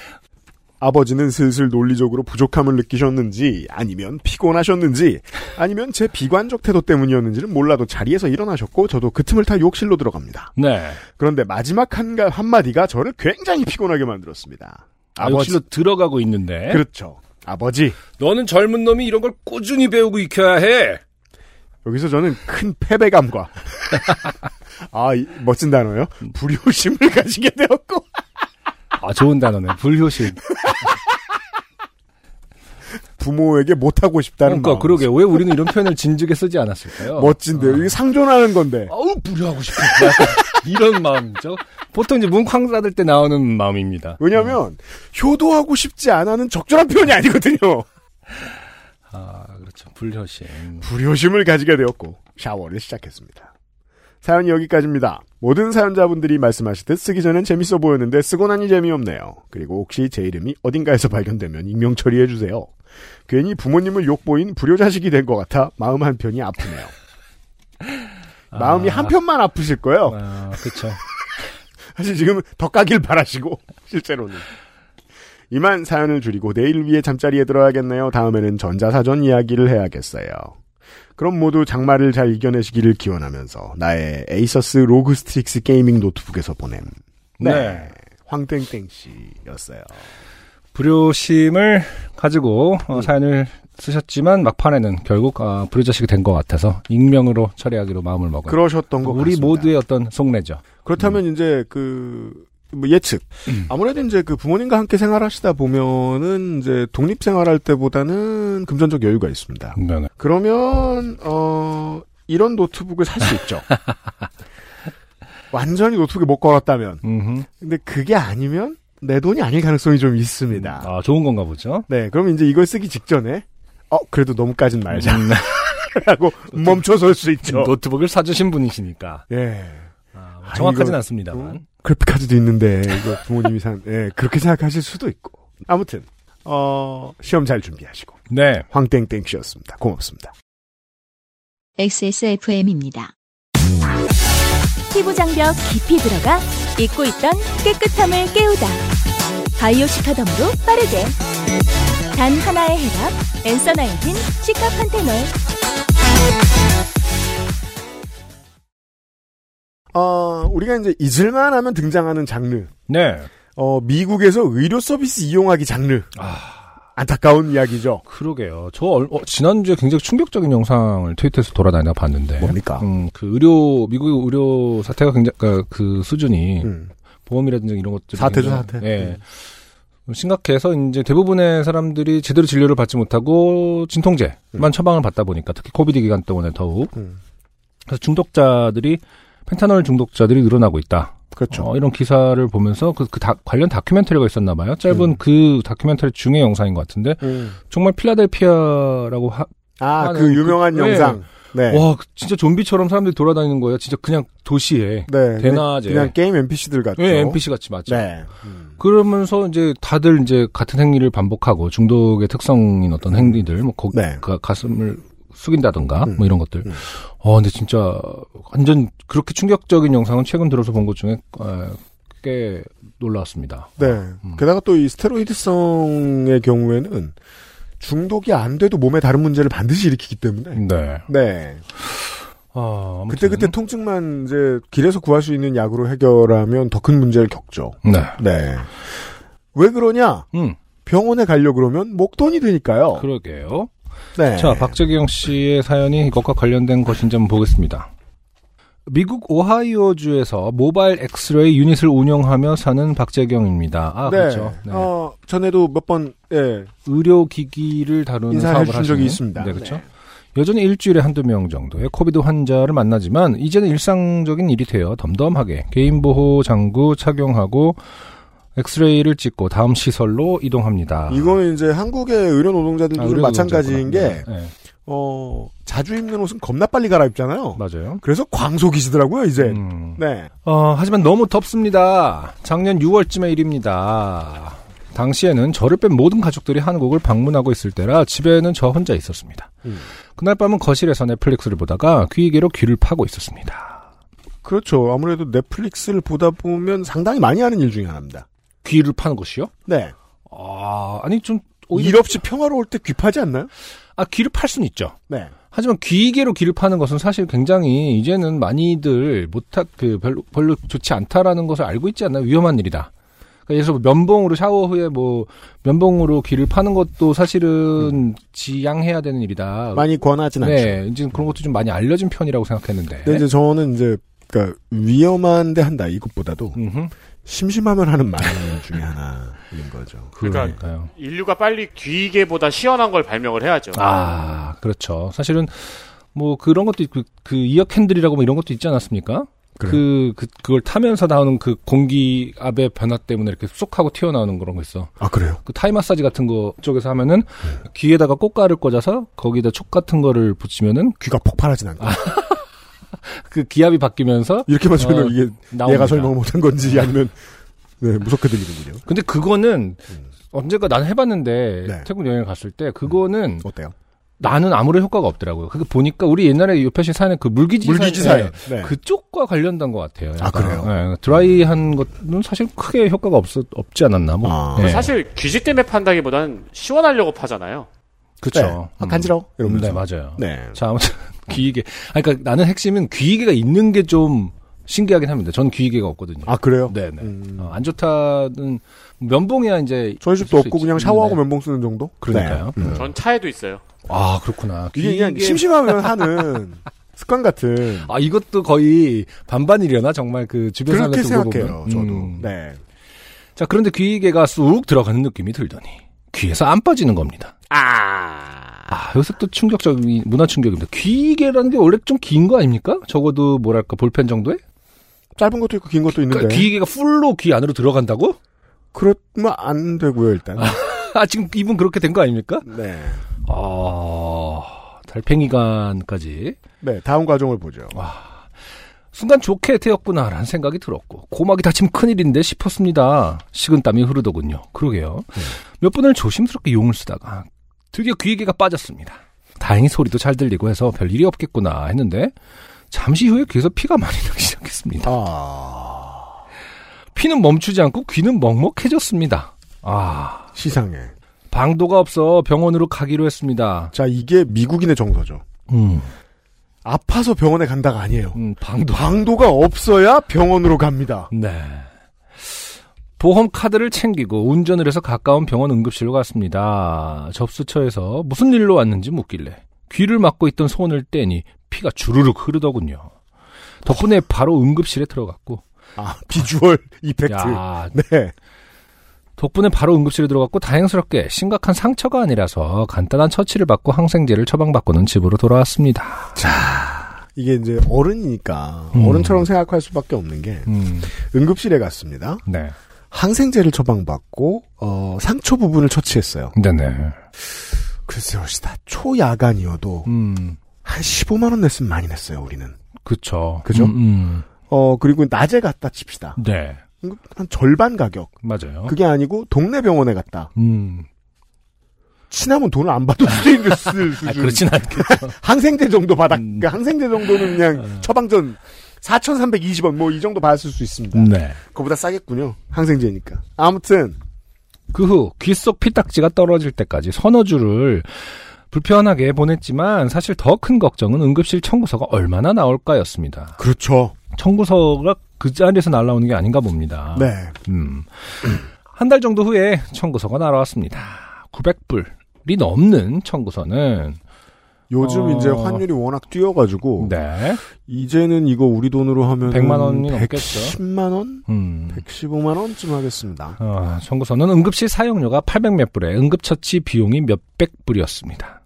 Speaker 1: 아버지는 슬슬 논리적으로 부족함을 느끼셨는지, 아니면 피곤하셨는지, 아니면 제 비관적 태도 때문이었는지는 몰라도 자리에서 일어나셨고, 저도 그 틈을 타 욕실로 들어갑니다.
Speaker 2: 네.
Speaker 1: 그런데 마지막 한가, 한마디가 저를 굉장히 피곤하게 만들었습니다.
Speaker 2: 아, 욕실로 들어가고 있는데.
Speaker 1: 그렇죠. 아버지.
Speaker 2: 너는 젊은 놈이 이런 걸 꾸준히 배우고 익혀야 해!
Speaker 1: 여기서 저는 큰 패배감과 아 이- 멋진 단어요 불효심을 가지게 되었고
Speaker 2: 아, 좋은 단어네. 불효신.
Speaker 1: 부모에게 못하고 싶다는
Speaker 2: 그러니까
Speaker 1: 마음.
Speaker 2: 그러게 왜 우리는 이런 표현을 진즉에 쓰지 않았을까요?
Speaker 1: 멋진데요.
Speaker 2: 아.
Speaker 1: 이게 상존하는 건데.
Speaker 2: 어우 불효하고 싶다. 이런 마음이죠. 보통 이제 문쾅 닫을 때 나오는 마음입니다.
Speaker 1: 왜냐면 효도하고 싶지 않아는 적절한 표현이 아니거든요.
Speaker 2: 아 그렇죠. 불효신.
Speaker 1: 불효심을 가지게 되었고 샤워를 시작했습니다. 사연이 여기까지입니다. 모든 사연자분들이 말씀하시듯 쓰기 전엔 재밌어 보였는데 쓰고 나니 재미없네요. 그리고 혹시 제 이름이 어딘가에서 발견되면 익명 처리해주세요. 괜히 부모님을 욕보인 불효자식이 된 것 같아 마음 한편이 아프네요. 마음이
Speaker 2: 아.
Speaker 1: 한편만 아프실 거예요.
Speaker 2: 아 그렇죠.
Speaker 1: 사실 지금 더 까길 바라시고 실제로는 이만 사연을 줄이고 내일 위해 잠자리에 들어야겠네요. 다음에는 전자사전 이야기를 해야겠어요. 그럼 모두 장마를 잘 이겨내시기를 기원하면서 나의 에이서스 로그 스틱스 게이밍 노트북에서 보냄.
Speaker 2: 네.
Speaker 1: 황땡땡 씨였어요.
Speaker 2: 불효심을 가지고 어, 사연을 쓰셨지만 막판에는 결국 아, 불효자식이 된 것 같아서 익명으로 처리하기로 마음을 먹은.
Speaker 1: 그러셨던 것
Speaker 2: 네. 우리
Speaker 1: 같습니다.
Speaker 2: 모두의 음. 어떤 속내죠.
Speaker 1: 그렇다면 이제 그, 뭐 예측.
Speaker 2: 음.
Speaker 1: 아무래도 이제 그 부모님과 함께 생활하시다 보면은 이제 독립 생활할 때보다는 금전적 여유가 있습니다.
Speaker 2: 분명히.
Speaker 1: 그러면 어 이런 노트북을 살 수 있죠. 완전히 노트북에 못 걸었다면.
Speaker 2: 음흠.
Speaker 1: 근데 그게 아니면 내 돈이 아닐 가능성이 좀 있습니다.
Speaker 2: 아 좋은 건가 보죠.
Speaker 1: 네, 그럼 이제 이걸 쓰기 직전에 어 그래도 너무까진 말자. 라고 멈춰설 수 있죠.
Speaker 2: 음, 노트북을 사주신 분이시니까
Speaker 1: 예.
Speaker 2: 아, 정확하진
Speaker 1: 이거-
Speaker 2: 않습니다만.
Speaker 1: 그래픽카드도 있는데 이거 부모님이 산 예, 그렇게 생각하실 수도 있고. 아무튼 어 시험 잘 준비하시고
Speaker 2: 네.
Speaker 1: 황땡땡 씨였습니다. 고맙습니다.
Speaker 3: XSFM입니다.
Speaker 4: 피부 장벽 깊이 들어가 잊고 있던 깨끗함을 깨우다. 바이오 시카덤으로 빠르게. 단 하나의 해답. 엔서 나인틴 시카판테놀.
Speaker 1: 어 우리가 이제 잊을만 하면 등장하는 장르
Speaker 2: 네.
Speaker 1: 어, 미국에서 의료 서비스 이용하기 장르.
Speaker 2: 아.
Speaker 1: 안타까운 이야기죠.
Speaker 2: 그러게요. 저 얼- 어, 지난주에 굉장히 충격적인 영상을 트위터에서 돌아다니다 봤는데
Speaker 1: 뭡니까?
Speaker 2: 음, 그 의료 미국 의 의료 사태가 굉장히 그러니까 그 수준이
Speaker 1: 음.
Speaker 2: 보험이라든지 이런 것들
Speaker 1: 사태죠, 사태. 네.
Speaker 2: 예. 심각해서 이제 대부분의 사람들이 제대로 진료를 받지 못하고 진통제만 처방을 받다 보니까 특히 코비드 기간 동안에 더욱
Speaker 1: 음.
Speaker 2: 그래서 중독자들이 펜타놀 중독자들이 늘어나고 있다.
Speaker 1: 그렇죠.
Speaker 2: 어, 이런 기사를 보면서 그, 그 다- 관련 다큐멘터리가 있었나 봐요. 짧은 그 다큐멘터리 중에 영상인 것 같은데
Speaker 1: 음.
Speaker 2: 정말 필라델피아라고 하,
Speaker 1: 아,
Speaker 2: 아,
Speaker 1: 그
Speaker 2: 네,
Speaker 1: 유명한
Speaker 2: 그-
Speaker 1: 영상. 네.
Speaker 2: 와 그- 진짜 좀비처럼 사람들이 돌아다니는 거예요. 진짜 그냥 도시에
Speaker 1: 네.
Speaker 2: 대낮에. 예,
Speaker 1: 그냥 게임 NPC들 같죠.
Speaker 2: 왜 NPC 같이 맞죠.
Speaker 1: 그렇죠. 네. 음.
Speaker 2: 그러면서 이제 다들 이제 같은 행위를 반복하고 중독의 특성인 어떤 행위들, 뭐 거,
Speaker 1: 네.
Speaker 2: 가, 가슴을 숙인다던가
Speaker 1: 음.
Speaker 2: 뭐 이런 것들.
Speaker 1: 음.
Speaker 2: 어 근데 진짜 완전 그렇게 충격적인 영상은 최근 들어서 본 것 중에 에, 꽤 놀라웠습니다.
Speaker 1: 네.
Speaker 2: 음.
Speaker 1: 게다가 또 이 스테로이드성의 경우에는 중독이 안 돼도 몸에 다른 문제를 반드시 일으키기 때문에.
Speaker 2: 네.
Speaker 1: 네.
Speaker 2: 아, 아무튼.
Speaker 1: 그때그때 통증만 이제 길에서 구할 수 있는 약으로 해결하면 더 큰 문제를 겪죠.
Speaker 2: 네.
Speaker 1: 네. 왜 그러냐?
Speaker 2: 음,
Speaker 1: 병원에 가려 그러면 목돈이 되니까요.
Speaker 2: 그러게요.
Speaker 1: 네.
Speaker 2: 자, 박재경 씨의 사연이 이것과 관련된 것인지 한번 보겠습니다. 미국 오하이오주에서 모바일 엑스레이 유닛을 운영하며 사는 박재경입니다. 아, 그렇죠. 네.
Speaker 1: 어, 전에도 몇 번, 예.
Speaker 2: 의료기기를 다루는
Speaker 1: 인사를
Speaker 2: 사업을
Speaker 1: 해주신
Speaker 2: 하시는-
Speaker 1: 적이 있습니다.
Speaker 2: 네, 그렇죠. 여전히 일주일에 한두 명 정도의 코비드 환자를 만나지만 이제는 일상적인 일이 되어 덤덤하게 개인보호 장구 착용하고 엑스레이를 찍고 다음 시설로 이동합니다.
Speaker 1: 이거는 이제 한국의 의료
Speaker 2: 아,
Speaker 1: 노동자들도 좀
Speaker 2: 의료
Speaker 1: 마찬가지인 게,
Speaker 2: 노동자구나. 네, 네,
Speaker 1: 어, 자주 입는 옷은 겁나 빨리 갈아입잖아요.
Speaker 2: 맞아요.
Speaker 1: 그래서 광속이시더라고요, 이제.
Speaker 2: 음.
Speaker 1: 네.
Speaker 2: 어, 하지만 너무 덥습니다. 작년 6월쯤의 일입니다. 당시에는 저를 뺀 모든 가족들이 한국을 방문하고 있을 때라 집에는 저 혼자 있었습니다.
Speaker 1: 음.
Speaker 2: 그날 밤은 거실에서 넷플릭스를 보다가 귀이개로 귀를 파고 있었습니다.
Speaker 1: 그렇죠. 아무래도 넷플릭스를 보다 보면 상당히 많이 하는 일 중에 하나입니다.
Speaker 2: 귀를 파는 것이요?
Speaker 1: 네.
Speaker 2: 아, 아니 좀 오히려
Speaker 1: 일 없이 평화로울 때 귀파지 않나요?
Speaker 2: 아 귀를 팔 수는 있죠.
Speaker 1: 네.
Speaker 2: 하지만 귀이개로 귀를 파는 것은 사실 굉장히 이제는 많이들 못하 그 별로 별로 좋지 않다라는 것을 알고 있지 않나 요 위험한 일이다. 그러니까 예를 들어 면봉으로 샤워 후에 뭐 면봉으로 귀를 파는 것도 사실은 지양해야 되는 일이다.
Speaker 1: 음. 많이 권하진 않죠. 네,
Speaker 2: 네, 이제 그런 것도 좀 많이 알려진 편이라고 생각했는데.
Speaker 1: 근데 그러니까 이제 저는 이제, 그니까, 위험한데 한다, 이것보다도.
Speaker 2: 음흠.
Speaker 1: 심심함을 하는 많은 일 중에 하나인 거죠.
Speaker 5: 그러니까
Speaker 2: 그러니까요.
Speaker 5: 인류가 빨리 뒤이게보다 시원한 걸 발명을 해야죠.
Speaker 2: 아, 그렇죠. 사실은 뭐 그런 것도 있고 그 이어 캔들이라고 뭐 이런 것도 있지 않았습니까? 그, 그, 그걸 타면서 나오는 그 공기압의 변화 때문에 이렇게 쏙 하고 튀어나오는 그런 거 있어.
Speaker 1: 아 그래요?
Speaker 2: 그 타이 마사지 같은 거 쪽에서 하면은
Speaker 1: 네.
Speaker 2: 귀에다가 꽃가루를 꽂아서 거기다 촉 같은 거를 붙이면은
Speaker 1: 귀가 폭발하진 않고
Speaker 2: 그 기압이 바뀌면서
Speaker 1: 이렇게만 설명
Speaker 2: 아, 어,
Speaker 1: 이게
Speaker 2: 나옵니다.
Speaker 1: 얘가 설명 못한 건지 아니면 네 무섭게 들리는군요.
Speaker 2: 근데 그거는 언젠가 나는 해봤는데
Speaker 1: 음. 네.
Speaker 2: 태국 여행을 갔을 때 그거는
Speaker 1: 어때요?
Speaker 2: 나는 아무런 효과가 없더라고요. 그게 보니까 우리 옛날에 요패시 사는 그 물기지
Speaker 1: 물기지
Speaker 2: 사연,
Speaker 1: 사연. 네.
Speaker 2: 그쪽과 관련된 것 같아요.
Speaker 1: 아, 그래요?
Speaker 2: 예, 드라이한 것은 사실 크게 효과가 없, 없지 않았나 뭐.
Speaker 1: 아.
Speaker 2: 예.
Speaker 5: 사실 귀지 때문에 판다기보다는 시원하려고 파잖아요.
Speaker 2: 그쵸. 음.
Speaker 1: 네. 아, 간지러워. 이러면서.
Speaker 2: 네 맞아요.
Speaker 1: 네.
Speaker 2: 자 아무튼 귀이개. 아니, 그러니까 나는 핵심은 귀이개가 있는 게 좀 신기하긴 합니다. 전 귀이개가 없거든요.
Speaker 1: 아 그래요?
Speaker 2: 네네.
Speaker 1: 음.
Speaker 2: 어, 안 좋다는 면봉이야 이제
Speaker 1: 저희 집도
Speaker 2: 있을 수
Speaker 1: 없고 그냥
Speaker 2: 있지.
Speaker 1: 샤워하고
Speaker 2: 네.
Speaker 1: 면봉 쓰는 정도?
Speaker 2: 그러니까요.
Speaker 1: 네. 음.
Speaker 5: 전 차에도 있어요.
Speaker 2: 아 그렇구나.
Speaker 1: 이게 그냥
Speaker 2: 귀이개-
Speaker 1: 심심하면 하는 습관 같은
Speaker 2: 아 이것도 거의 반반이려나 정말 그 주변
Speaker 1: 그렇게
Speaker 2: 사람들
Speaker 1: 생각해요. 저도.
Speaker 2: 음.
Speaker 1: 네.
Speaker 2: 자 그런데 귀이개가 쑥 들어가는 느낌이 들더니 귀에서 안 빠지는 겁니다.
Speaker 5: 아.
Speaker 2: 아, 여기서 또 충격적인, 문화 충격입니다. 귀개라는 게 원래 좀 긴 거 아닙니까? 적어도 뭐랄까, 볼펜 정도에?
Speaker 1: 짧은 것도 있고 긴 것도 있는데
Speaker 2: 그러니까 귀개가 풀로 귀 안으로 들어간다고?
Speaker 1: 그러면 안 되고요 일단.
Speaker 2: 아, 지금 이분 그렇게 된 거 아닙니까?
Speaker 1: 네.
Speaker 2: 아, 달팽이관까지.
Speaker 1: 네 다음 과정을 보죠.
Speaker 2: 순간 좋게 되었구나라는 생각이 들었고 고막이 다치면 큰일인데 싶었습니다. 식은땀이 흐르더군요. 그러게요. 몇 분을 조심스럽게 용을 쓰다가 드디어 귀에게가 빠졌습니다. 다행히 소리도 잘 들리고 해서 별 일이 없겠구나 했는데 잠시 후에 귀에서 피가 많이 나기 시작했습니다.
Speaker 1: 아,
Speaker 2: 피는 멈추지 않고 귀는 먹먹해졌습니다. 아
Speaker 1: 시상에.
Speaker 2: 방도가 없어 병원으로 가기로 했습니다.
Speaker 1: 자 이게 미국인의 정서죠.
Speaker 2: 음,
Speaker 1: 아파서 병원에 간다가 아니에요.
Speaker 2: 음, 방도
Speaker 1: 방도가 없어야 병원으로 갑니다.
Speaker 2: 네. 보험 카드를 챙기고 운전을 해서 가까운 병원 응급실로 갔습니다. 접수처에서 무슨 일로 왔는지 묻길래 귀를 막고 있던 손을 떼니 피가 주르륵 흐르더군요. 덕분에 바로 응급실에 들어갔고
Speaker 1: 아 비주얼 이펙트.
Speaker 2: 야,
Speaker 1: 네.
Speaker 2: 덕분에 바로 응급실에 들어갔고 다행스럽게 심각한 상처가 아니라서 간단한 처치를 받고 항생제를 처방받고는 집으로 돌아왔습니다.
Speaker 1: 이게 이제 어른이니까
Speaker 2: 음.
Speaker 1: 어른처럼 생각할 수밖에 없는 게
Speaker 2: 음,
Speaker 1: 응급실에 갔습니다.
Speaker 2: 네,
Speaker 1: 항생제를 처방받고 어, 상처 부분을 처치했어요.
Speaker 2: 네네.
Speaker 1: 글쎄요, 시다 초야간이어도
Speaker 2: 음,
Speaker 1: 한 15만 원 냈으면 많이 냈어요. 우리는.
Speaker 2: 그쵸.
Speaker 1: 그죠?
Speaker 2: 음,
Speaker 1: 어 그리고 낮에 갔다 칩시다.
Speaker 2: 음. 네,
Speaker 1: 한 절반 가격.
Speaker 2: 맞아요.
Speaker 1: 그게 아니고 동네 병원에 갔다.
Speaker 2: 음,
Speaker 1: 친하면 돈을 안 받아도 쓰이는 쓸 수준.
Speaker 2: 아, 그렇진 않게.
Speaker 1: 항생제 정도 받았,
Speaker 2: 음. 어.
Speaker 1: 그러니까 항생제 정도는 그냥 처방전 4,320원 뭐 이 정도 받았을 수 있습니다.
Speaker 2: 네.
Speaker 1: 그거보다 싸겠군요. 항생제니까. 아무튼,
Speaker 2: 그 후 귀 속 피딱지가 떨어질 때까지 서너 주를 불편하게 보냈지만 사실 더 큰 걱정은 응급실 청구서가 얼마나 나올까였습니다.
Speaker 1: 그렇죠.
Speaker 2: 청구서가 그 자리에서 날라오는 게 아닌가 봅니다.
Speaker 1: 네.
Speaker 2: 음. 한 달 정도 후에 청구서가 날아왔습니다. 900불이 넘는 청구서는
Speaker 1: 요즘
Speaker 2: 어.
Speaker 1: 이제 환율이 워낙 뛰어가지고,
Speaker 2: 네.
Speaker 1: 이제는 이거 우리 돈으로 하면
Speaker 2: 100만 원이
Speaker 1: 110만원?
Speaker 2: 음.
Speaker 1: 115만원쯤 하겠습니다.
Speaker 2: 아, 청구서는 응급실 사용료가 800몇 불에 응급처치 비용이 몇백 불이었습니다.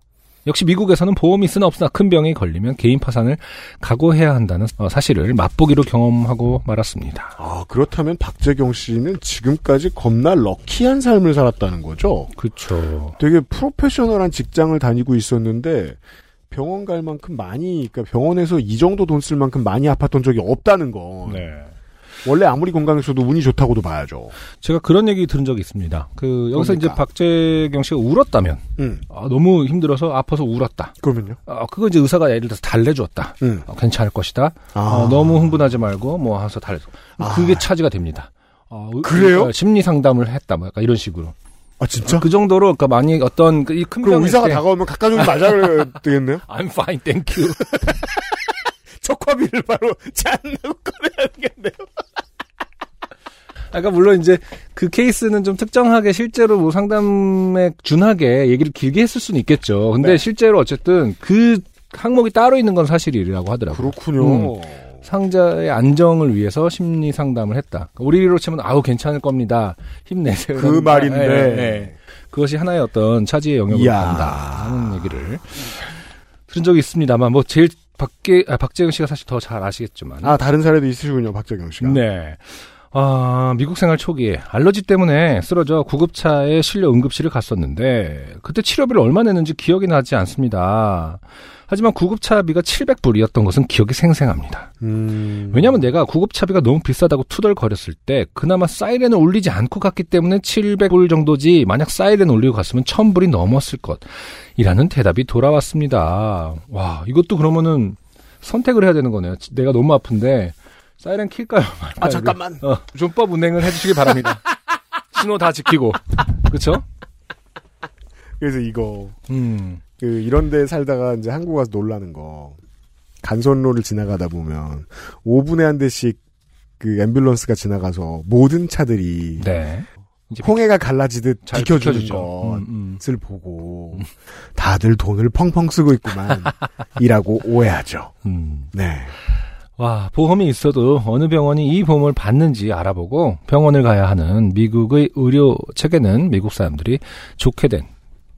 Speaker 2: 역시 미국에서는 보험이 있으나 없으나 큰 병에 걸리면 개인 파산을 각오해야 한다는 어, 사실을 맛보기로 경험하고 말았습니다.
Speaker 1: 아, 그렇다면 박재경 씨는 지금까지 겁나 럭키한 삶을 살았다는 거죠?
Speaker 2: 그렇죠.
Speaker 1: 되게 프로페셔널한 직장을 다니고 있었는데 병원 갈 만큼 많이 그러니까 병원에서 이 정도 돈 쓸 만큼 많이 아팠던 적이 없다는 거
Speaker 2: 네.
Speaker 1: 원래 아무리 건강했어도 운이 좋다고도 봐야죠.
Speaker 2: 제가 그런 얘기 들은 적이 있습니다. 그 여기서
Speaker 1: 뭡니까?
Speaker 2: 이제 박재경 씨가 울었다면
Speaker 1: 음
Speaker 2: 아, 너무 힘들어서 아파서 울었다.
Speaker 1: 그러면요?
Speaker 2: 아, 그거 이제 의사가 예를 들어서 달래주었다.
Speaker 1: 음
Speaker 2: 어, 괜찮을 것이다.
Speaker 1: 아.
Speaker 2: 어, 너무 흥분하지 말고 뭐 해서 달래.
Speaker 1: 아.
Speaker 2: 그게 차지가 됩니다. 어, 의-
Speaker 1: 그래요?
Speaker 2: 어, 심리 상담을 했다, 뭐 약간 이런 식으로.
Speaker 1: 아 진짜?
Speaker 2: 그 정도로 그러니까 많이 어떤 그이큰
Speaker 1: 그럼
Speaker 2: 병일
Speaker 1: 의사가
Speaker 2: 때
Speaker 1: 다가오면 가까이 좀 맞아야 되겠네요?
Speaker 2: I'm fine, thank you.
Speaker 1: 초코비를 바로 잔고 꺼내야겠네요.
Speaker 2: 아까 물론 이제 그 케이스는 좀 특정하게 실제로 뭐 상담에 준하게 얘기를 길게 했을 수는 있겠죠.
Speaker 1: 네.
Speaker 2: 근데 실제로 어쨌든 그 항목이 따로 있는 건 사실이라고 하더라고요.
Speaker 1: 그렇군요.
Speaker 2: 상자의 안정을 위해서 심리 상담을 했다. 그러니까 우리로 치면 아우 괜찮을 겁니다. 힘내세요.
Speaker 1: 그 말인데.
Speaker 2: 예, 예. 그것이 하나의 어떤 차지의 영역으로
Speaker 1: 이야.
Speaker 2: 간다 하는 얘기를 들은 적이 있습니다만 뭐 제일 박계 아, 박재영 씨가 사실 더 잘 아시겠지만
Speaker 1: 아, 그렇죠. 다른 사례도 있으시군요, 박재경 씨가.
Speaker 2: 네. 아, 미국 생활 초기에 알러지 때문에 쓰러져 구급차에 실려 응급실을 갔었는데 그때 치료비를 얼마 냈는지 기억이 나지 않습니다. 하지만 구급차비가 700불이었던 것은 기억이 생생합니다.
Speaker 1: 음.
Speaker 2: 왜냐면 내가 구급차비가 너무 비싸다고 투덜거렸을 때 그나마 사이렌을 울리지 않고 갔기 때문에 700불 정도지 만약 사이렌 울리고 갔으면 1000불이 넘었을 것이라는 대답이 돌아왔습니다. 와, 이것도 그러면은 선택을 해야 되는 거네요. 내가 너무 아픈데 사이렌 킬까요? 말까요?
Speaker 1: 아, 잠깐만.
Speaker 2: 어, 준법 운행을 해주시기 바랍니다. 신호 다 지키고. 그쵸?
Speaker 1: 그래서 이거,
Speaker 2: 음.
Speaker 1: 그, 이런 데 살다가 이제 한국 와서 놀라는 거. 간선로를 지나가다 보면, 5분에 한 대씩 그 앰뷸런스가 지나가서 모든 차들이
Speaker 2: 네. 이제
Speaker 1: 홍해가 갈라지듯
Speaker 2: 잘
Speaker 1: 비켜주는
Speaker 2: 비켜주죠.
Speaker 1: 것.
Speaker 2: 음, 음.
Speaker 1: 을 보고 다들 돈을 펑펑 쓰고 있구만 이라고 오해하죠.
Speaker 2: 음.
Speaker 1: 네.
Speaker 2: 와, 보험이 있어도 어느 병원이 이 보험을 받는지 알아보고 병원을 가야 하는 미국의 의료 체계는 미국 사람들이 좋게 된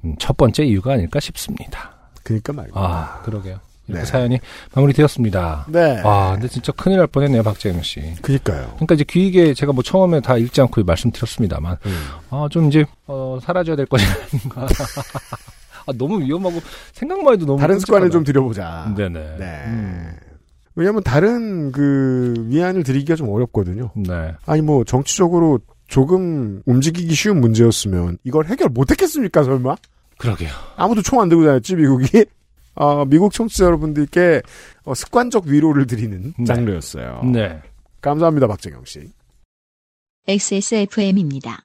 Speaker 2: 음, 첫 번째 이유가 아닐까 싶습니다.
Speaker 1: 그러니까 말고.
Speaker 2: 아, 그러게요. 이렇게
Speaker 1: 네.
Speaker 2: 사연이 마무리되었습니다.
Speaker 1: 네.
Speaker 2: 와, 근데 진짜 큰일 날 뻔했네요, 박재영 씨.
Speaker 1: 그니까요.
Speaker 2: 그러니까 이제 귀이게 제가 뭐 처음에 다 읽지 않고 말씀드렸습니다만,
Speaker 1: 음.
Speaker 2: 아, 좀 이제, 어, 사라져야 될 것이 아닌가. 아, 너무 위험하고, 생각만 해도 너무.
Speaker 1: 다른 습관을 좀
Speaker 2: 끔찍하다.
Speaker 1: 들여보자.
Speaker 2: 네네.
Speaker 1: 네.
Speaker 2: 음.
Speaker 1: 왜냐면 하 다른 그 위안을 드리기가 좀 어렵거든요.
Speaker 2: 네.
Speaker 1: 아니 뭐 정치적으로 조금 움직이기 쉬운 문제였으면 이걸 해결 못했겠습니까 설마?
Speaker 2: 그러게요.
Speaker 1: 아무도 총 안 들고 다녔지 미국이. 아 미국 청취자 여러분들께 어, 습관적 위로를 드리는
Speaker 2: 네.
Speaker 1: 장르였어요.
Speaker 2: 네.
Speaker 1: 감사합니다 박재경 씨.
Speaker 3: XSFM입니다.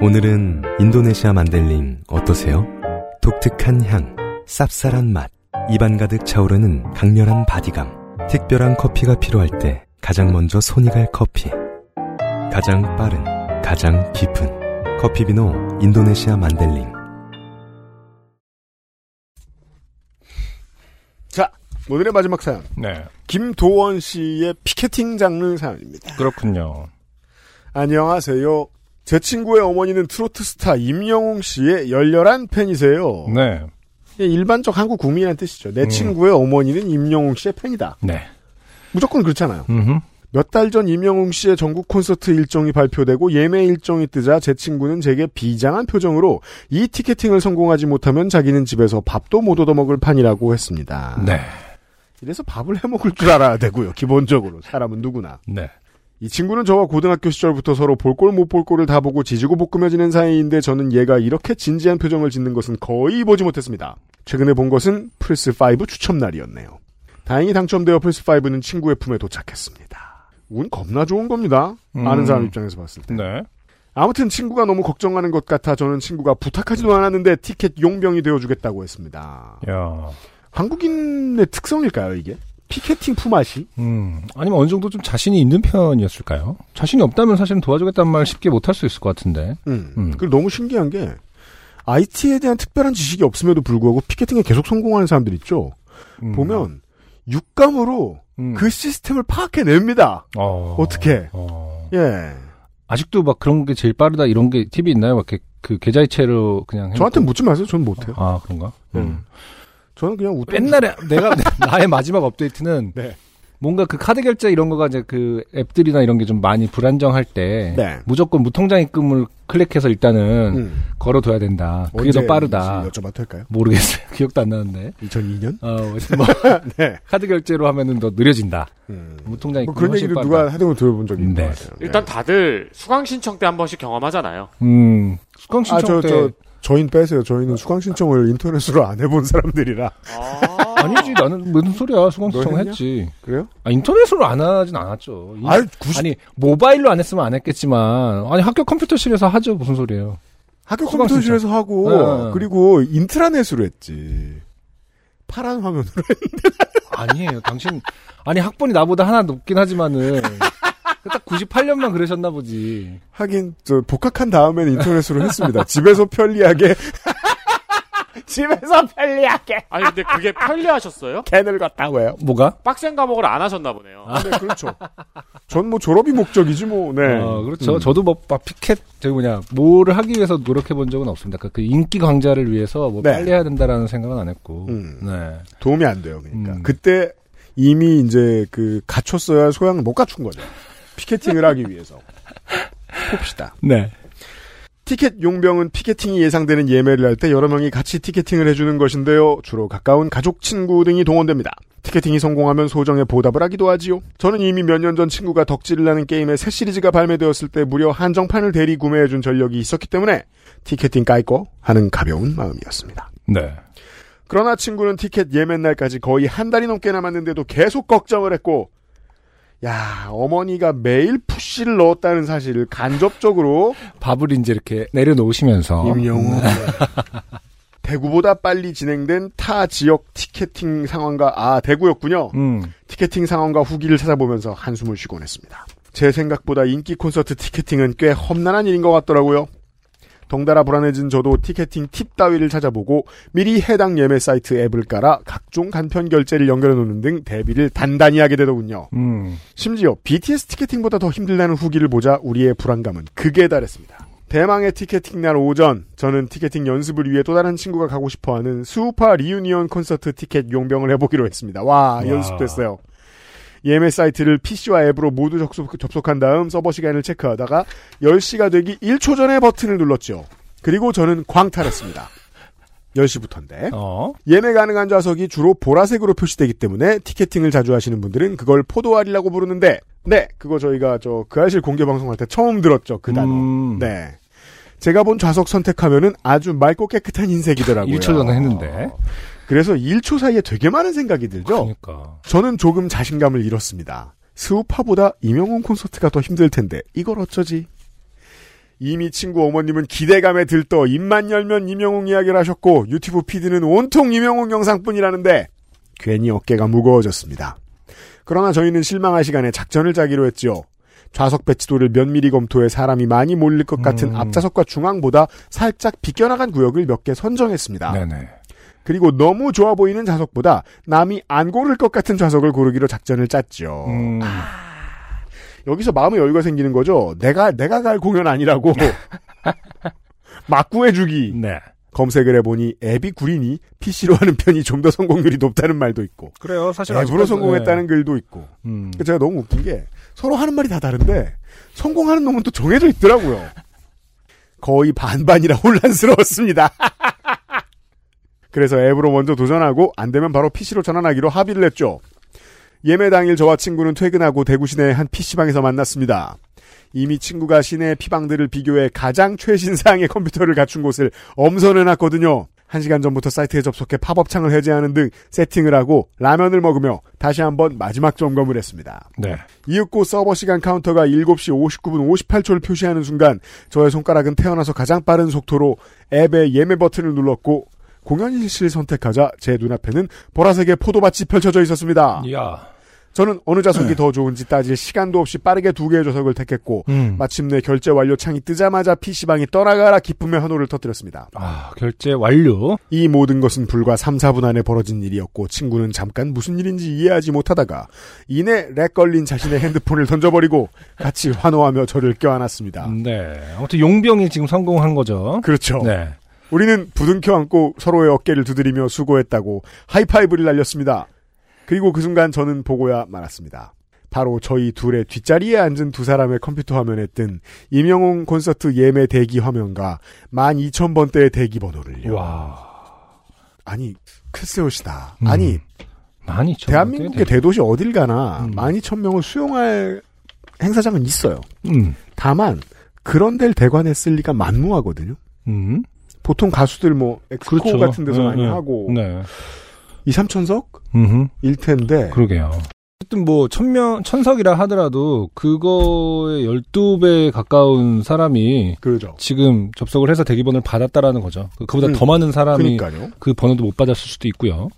Speaker 9: 오늘은 인도네시아 만델링 어떠세요? 독특한 향, 쌉쌀한 맛, 입안 가득 차오르는 강렬한 바디감, 특별한 커피가 필요할 때 가장 먼저 손이 갈 커피. 가장 빠른, 가장 깊은 커피비노 인도네시아 만델링.
Speaker 1: 오늘의 마지막 사연
Speaker 2: 네.
Speaker 1: 김도원 씨의 피케팅 장르 사연입니다.
Speaker 2: 그렇군요.
Speaker 1: 안녕하세요. 제 친구의 어머니는 트로트 스타 임영웅 씨의 열렬한 팬이세요.
Speaker 2: 네.
Speaker 1: 예, 일반적 한국 국민이란 뜻이죠. 내
Speaker 2: 음.
Speaker 1: 친구의 어머니는 임영웅 씨의 팬이다.
Speaker 2: 네.
Speaker 1: 무조건 그렇잖아요.
Speaker 2: 음흠.
Speaker 1: 몇 달 전 임영웅 씨의 전국 콘서트 일정이 발표되고 예매 일정이 뜨자 제 친구는 제게 비장한 표정으로 이 티켓팅을 성공하지 못하면 자기는 집에서 밥도 못 얻어먹을 판이라고 했습니다.
Speaker 2: 네.
Speaker 1: 이래서 밥을 해먹을 줄 알아야 되고요. 기본적으로 사람은 누구나.
Speaker 2: 네.
Speaker 1: 이 친구는 저와 고등학교 시절부터 서로 볼 꼴 못 볼 꼴을 다 보고 지지고 볶으며 지낸 사이인데 저는 얘가 이렇게 진지한 표정을 짓는 것은 거의 보지 못했습니다. 최근에 본 것은 플스5 추첨날이었네요. 다행히 당첨되어 플스5는 친구의 품에 도착했습니다. 운 겁나 좋은 겁니다. 아는
Speaker 2: 음.
Speaker 1: 사람 입장에서 봤을 때.
Speaker 2: 네.
Speaker 1: 아무튼 친구가 너무 걱정하는 것 같아 저는 친구가 부탁하지도 않았는데 티켓 용병이 되어주겠다고
Speaker 2: 예.
Speaker 1: 했습니다.
Speaker 2: 야.
Speaker 1: 한국인의 특성일까요, 이게? 피켓팅 품앗이?
Speaker 2: 음. 아니면 어느 정도 좀 자신이 있는 편이었을까요? 자신이 없다면 사실은 도와주겠다는 말 쉽게 못 할 수 있을 것 같은데.
Speaker 1: 음.
Speaker 2: 음.
Speaker 1: 그리고 너무 신기한 게 IT에 대한 특별한 지식이 없음에도 불구하고 피켓팅에 계속 성공하는 사람들 있죠.
Speaker 2: 음.
Speaker 1: 보면 육감으로
Speaker 2: 음.
Speaker 1: 그 시스템을 파악해냅니다.
Speaker 2: 어.
Speaker 1: 어떻게?
Speaker 2: 어.
Speaker 1: 예.
Speaker 2: 아직도 막 그런 게 제일 빠르다 이런 게 팁이 있나요? 막 이렇게 그 계좌이체로 그냥
Speaker 1: 저한테
Speaker 2: 해놓고-
Speaker 1: 묻지 마세요. 저는 못해요.
Speaker 2: 아, 그런가? 음.
Speaker 1: 저는 그냥 웃
Speaker 2: 옛날에 내가 나의 마지막 업데이트는
Speaker 1: 네.
Speaker 2: 뭔가 그 카드 결제 이런 거가 이제 그 앱들이나 이런 게 좀 많이 불안정할 때
Speaker 1: 네.
Speaker 2: 무조건 무통장 입금을 클릭해서 일단은
Speaker 1: 음.
Speaker 2: 걸어둬야 된다. 그게 더
Speaker 1: 언제
Speaker 2: 빠르다.
Speaker 1: 있는지 여쭤봐도 될까요?
Speaker 2: 모르겠어요. 기억도 안 나는데.
Speaker 1: 2002년?
Speaker 2: 어, 그래서 뭐
Speaker 1: 네.
Speaker 2: 카드 결제로 하면은 더 느려진다.
Speaker 1: 음.
Speaker 2: 무통장
Speaker 1: 뭐
Speaker 2: 입금
Speaker 1: 그런
Speaker 2: 네, 훨씬
Speaker 1: 얘기를
Speaker 2: 빠르다.
Speaker 1: 누가 하던 걸 들어본 적이 있는
Speaker 2: 네.
Speaker 1: 것 같아요.
Speaker 5: 일단
Speaker 1: 네.
Speaker 5: 다들 수강 신청 때 한 번씩 경험하잖아요.
Speaker 2: 음. 수강
Speaker 1: 아,
Speaker 2: 신청
Speaker 1: 저,
Speaker 2: 때
Speaker 1: 저, 저희는 빼세요. 저희는 수강 신청을 인터넷으로 안 해본 사람들이라.
Speaker 5: 아.
Speaker 2: 아니지 나는 무슨 소리야 수강
Speaker 1: 너
Speaker 2: 신청
Speaker 1: 했냐?
Speaker 2: 했지.
Speaker 1: 그래요?
Speaker 2: 아 인터넷으로 안 하진 않았죠. 이-
Speaker 1: 아유, 90,
Speaker 2: 아니 모바일로 안 했으면 안 했겠지만 아니 학교 컴퓨터실에서 하죠 무슨 소리예요?
Speaker 1: 학교
Speaker 2: 수강
Speaker 1: 컴퓨터실에서 하고
Speaker 2: 네.
Speaker 1: 그리고 인트라넷으로 했지. 파란 화면으로.
Speaker 2: 아니에요 당신 아니 학번이 나보다 하나 높긴 하지만은 딱 98년만 그러셨나 보지.
Speaker 1: 하긴 저 복학한 다음에는 인터넷으로 했습니다. 집에서 편리하게 집에서 편리하게
Speaker 5: 아니 근데 그게 편리하셨어요?
Speaker 1: 캔을 갖다 왜요?
Speaker 2: 뭐가?
Speaker 5: 빡센 과목을 안 하셨나 보네요.
Speaker 2: 아,
Speaker 1: 네, 그렇죠. 전 뭐 졸업이 목적이지 뭐. 네.
Speaker 2: 어, 그렇죠. 저도 뭐, 막 피켓, 저기 뭐냐, 뭐를 하기 위해서 노력해 본 적은 없습니다. 그, 그 인기 강자를 위해서 뭐
Speaker 1: 네.
Speaker 2: 빨리 해야 된다라는 생각은 안 했고.
Speaker 1: 음.
Speaker 2: 네.
Speaker 1: 도움이 안 돼요. 그러니까
Speaker 2: 음.
Speaker 1: 그때 이미 이제 그 갖췄어야 소양을 못 갖춘 거죠. 피켓팅을 하기 위해서. 봅시다.
Speaker 2: 네.
Speaker 1: 티켓 용병은 피켓팅이 예상되는 예매를 할 때 여러 명이 같이 티켓팅을 해주는 것인데요. 주로 가까운 가족, 친구 등이 동원됩니다. 티켓팅이 성공하면 소정의 보답을 하기도 하지요. 저는 이미 몇 년 전 친구가 덕질을 하는 게임의 새 시리즈가 발매되었을 때 무려 한정판을 대리 구매해준 전력이 있었기 때문에 티켓팅 까이고 하는 가벼운 마음이었습니다.
Speaker 2: 네.
Speaker 1: 그러나 친구는 티켓 예매 날까지 거의 한 달이 넘게 남았는데도 계속 걱정을 했고, 야, 어머니가 매일 푸시를 넣었다는 사실을 간접적으로
Speaker 2: 밥을 이제 이렇게 내려놓으시면서.
Speaker 1: 임영웅 대구보다 빨리 진행된 타 지역 티켓팅 상황과 아 대구였군요.
Speaker 2: 음.
Speaker 1: 티켓팅 상황과 후기를 찾아보면서 한숨을 쉬곤 했습니다. 제 생각보다 인기 콘서트 티켓팅은 꽤 험난한 일인 것 같더라고요. 덩달아 불안해진 저도 티켓팅 팁 따위를 찾아보고 미리 해당 예매 사이트 앱을 깔아 각종 간편 결제를 연결해 놓는 등 대비를 단단히 하게 되더군요.
Speaker 2: 음.
Speaker 1: 심지어 BTS 티켓팅보다 더 힘들다는 후기를 보자 우리의 불안감은 극에 달했습니다. 대망의 티켓팅 날 오전, 저는 티켓팅 연습을 위해 또 다른 친구가 가고 싶어하는 수우파 리유니언 콘서트 티켓 용병을 해보기로 했습니다. 와, 연습됐어요. 예매 사이트를 PC와 앱으로 모두 접속, 접속한 다음 서버 시간을 체크하다가 10시가 되기 1초 전에 버튼을 눌렀죠. 그리고 저는 광탈했습니다. 10시부터인데.
Speaker 2: 어.
Speaker 1: 예매 가능한 좌석이 주로 보라색으로 표시되기 때문에 티켓팅을 자주 하시는 분들은 그걸 포도알이라고 부르는데 네 그거 저희가 저 그 아실 공개 방송할 때 처음 들었죠 그 단어
Speaker 2: 음.
Speaker 1: 네 제가 본 좌석 선택하면은 아주 맑고 깨끗한 흰색이더라고요
Speaker 2: 1초 전에 했는데.
Speaker 1: 그래서 1초 사이에 되게 많은 생각이 들죠
Speaker 2: 그러니까.
Speaker 1: 저는 조금 자신감을 잃었습니다. 스우파보다 임영웅 콘서트가 더 힘들 텐데 이걸 어쩌지? 이미 친구 어머님은 기대감에 들떠 입만 열면 임영웅 이야기를 하셨고 유튜브 피드는 온통 임영웅 영상뿐이라는데 괜히 어깨가 무거워졌습니다. 그러나 저희는 실망할 시간에 작전을 짜기로 했지요. 좌석 배치도를 면밀히 검토해 사람이 많이 몰릴 것 같은
Speaker 2: 음.
Speaker 1: 앞좌석과 중앙보다 살짝 비껴나간 구역을 몇 개 선정했습니다.
Speaker 2: 네네.
Speaker 1: 그리고 너무 좋아 보이는 좌석보다 남이 안 고를 것 같은 좌석을 고르기로 작전을 짰죠.
Speaker 2: 음.
Speaker 1: 아. 여기서 마음의 여유가 생기는 거죠. 내가 내가 갈 공연 아니라고 막 구해주기
Speaker 2: 네.
Speaker 1: 검색을 해보니 앱이 구리니 PC로 하는 편이 좀 더 성공률이 높다는 말도 있고
Speaker 2: 그래요. 사실
Speaker 1: 앱으로 성공했다는 글도 있고
Speaker 2: 네, 음.
Speaker 1: 그 제가 너무 웃긴 게 서로 하는 말이 다 다른데 성공하는 놈은 또 정해져 있더라고요. 거의 반반이라 혼란스러웠습니다. 그래서 앱으로 먼저 도전하고 안 되면 바로 PC로 전환하기로 합의를 했죠. 예매 당일 저와 친구는 퇴근하고 대구 시내의 한 PC방에서 만났습니다. 이미 친구가 시내 피방들을 비교해 가장 최신 사양의 컴퓨터를 갖춘 곳을 엄선해놨거든요. 한시간 전부터 사이트에 접속해 팝업창을 해제하는 등 세팅을 하고 라면을 먹으며 다시 한번 마지막 점검을 했습니다.
Speaker 2: 네.
Speaker 1: 이윽고 서버 시간 카운터가 7시 59분 58초를 표시하는 순간 저의 손가락은 태어나서 가장 빠른 속도로 앱의 예매 버튼을 눌렀고 공연 일시를 선택하자 제 눈앞에는 보라색의 포도밭이 펼쳐져 있었습니다.
Speaker 2: 이야.
Speaker 1: 저는 어느 좌석이 더 좋은지 따질 시간도 없이 빠르게 두 개의 좌석을 택했고
Speaker 2: 음.
Speaker 1: 마침내 결제 완료 창이 뜨자마자 PC방이 떠나가라 기쁨의 환호를 터뜨렸습니다.
Speaker 2: 아, 결제 완료.
Speaker 1: 이 모든 것은 불과 3, 4분 안에 벌어진 일이었고 친구는 잠깐 무슨 일인지 이해하지 못하다가 이내 렉 걸린 자신의 핸드폰을 던져버리고 같이 환호하며 저를 껴안았습니다.
Speaker 2: 네. 아무튼 용병이 지금 성공한 거죠.
Speaker 1: 아. 그렇죠.
Speaker 2: 네.
Speaker 1: 우리는 부둥켜 안고 서로의 어깨를 두드리며 수고했다고 하이파이브를 날렸습니다. 그리고 그 순간 저는 보고야 말았습니다. 바로 저희 둘의 뒷자리에 앉은 두 사람의 컴퓨터 화면에 뜬 임영웅 콘서트 예매 대기 화면과 12,000번대의 대기 번호를요.
Speaker 2: 와.
Speaker 1: 아니, 글쎄요시다.
Speaker 2: 음.
Speaker 1: 아니,
Speaker 2: 많이 쳐.
Speaker 1: 대한민국의 대도시 어딜 가나
Speaker 2: 음.
Speaker 1: 12,000명을 수용할 행사장은 있어요.
Speaker 2: 음.
Speaker 1: 다만, 그런 데를 대관했을 리가 만무하거든요.
Speaker 2: 음.
Speaker 1: 보통 가수들 뭐, 엑스코
Speaker 2: 그렇죠.
Speaker 1: 같은 데서
Speaker 2: 네,
Speaker 1: 많이
Speaker 2: 네.
Speaker 1: 하고,
Speaker 2: 네.
Speaker 1: 2, 3천석?
Speaker 2: 음.
Speaker 1: 일 텐데.
Speaker 2: 그러게요. 어쨌든 뭐 천명 천석이라 하더라도 그거의 12배 가까운 사람이
Speaker 1: 그러죠.
Speaker 2: 지금 접속을 해서 대기번호를 받았다라는 거죠. 그- 그보다
Speaker 1: 음.
Speaker 2: 더 많은 사람이 그
Speaker 1: 그러니까요.
Speaker 2: 번호도 못 받았을 수도 있고요.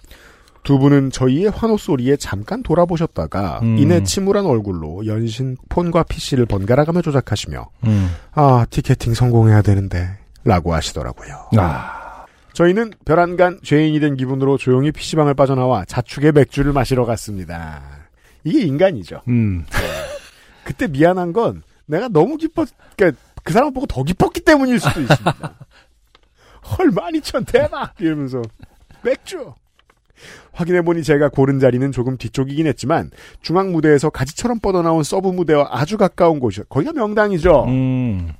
Speaker 1: 두 분은 저희의 환호 소리에 잠깐 돌아보셨다가
Speaker 2: 음.
Speaker 1: 이내 침울한 얼굴로 연신 폰과 PC를 번갈아 가며 조작하시며
Speaker 2: 음.
Speaker 1: 아 티켓팅 성공해야 되는데 라고 하시더라고요.
Speaker 2: 아.
Speaker 1: 저희는 별안간 죄인이 된 기분으로 조용히 PC방을 빠져나와 자축의 맥주를 마시러 갔습니다. 이게 인간이죠.
Speaker 2: 음.
Speaker 1: 그때 미안한 건 내가 너무 기뻤, 그러니까 그 사람 보고 더 기뻤기 때문일 수도 있습니다. 헐, 12,000 대박! 이러면서 맥주! 확인해보니 제가 고른 자리는 조금 뒤쪽이긴 했지만 중앙 무대에서 가지처럼 뻗어나온 서브 무대와 아주 가까운 곳이요. 거기가 명당이죠.
Speaker 2: 음.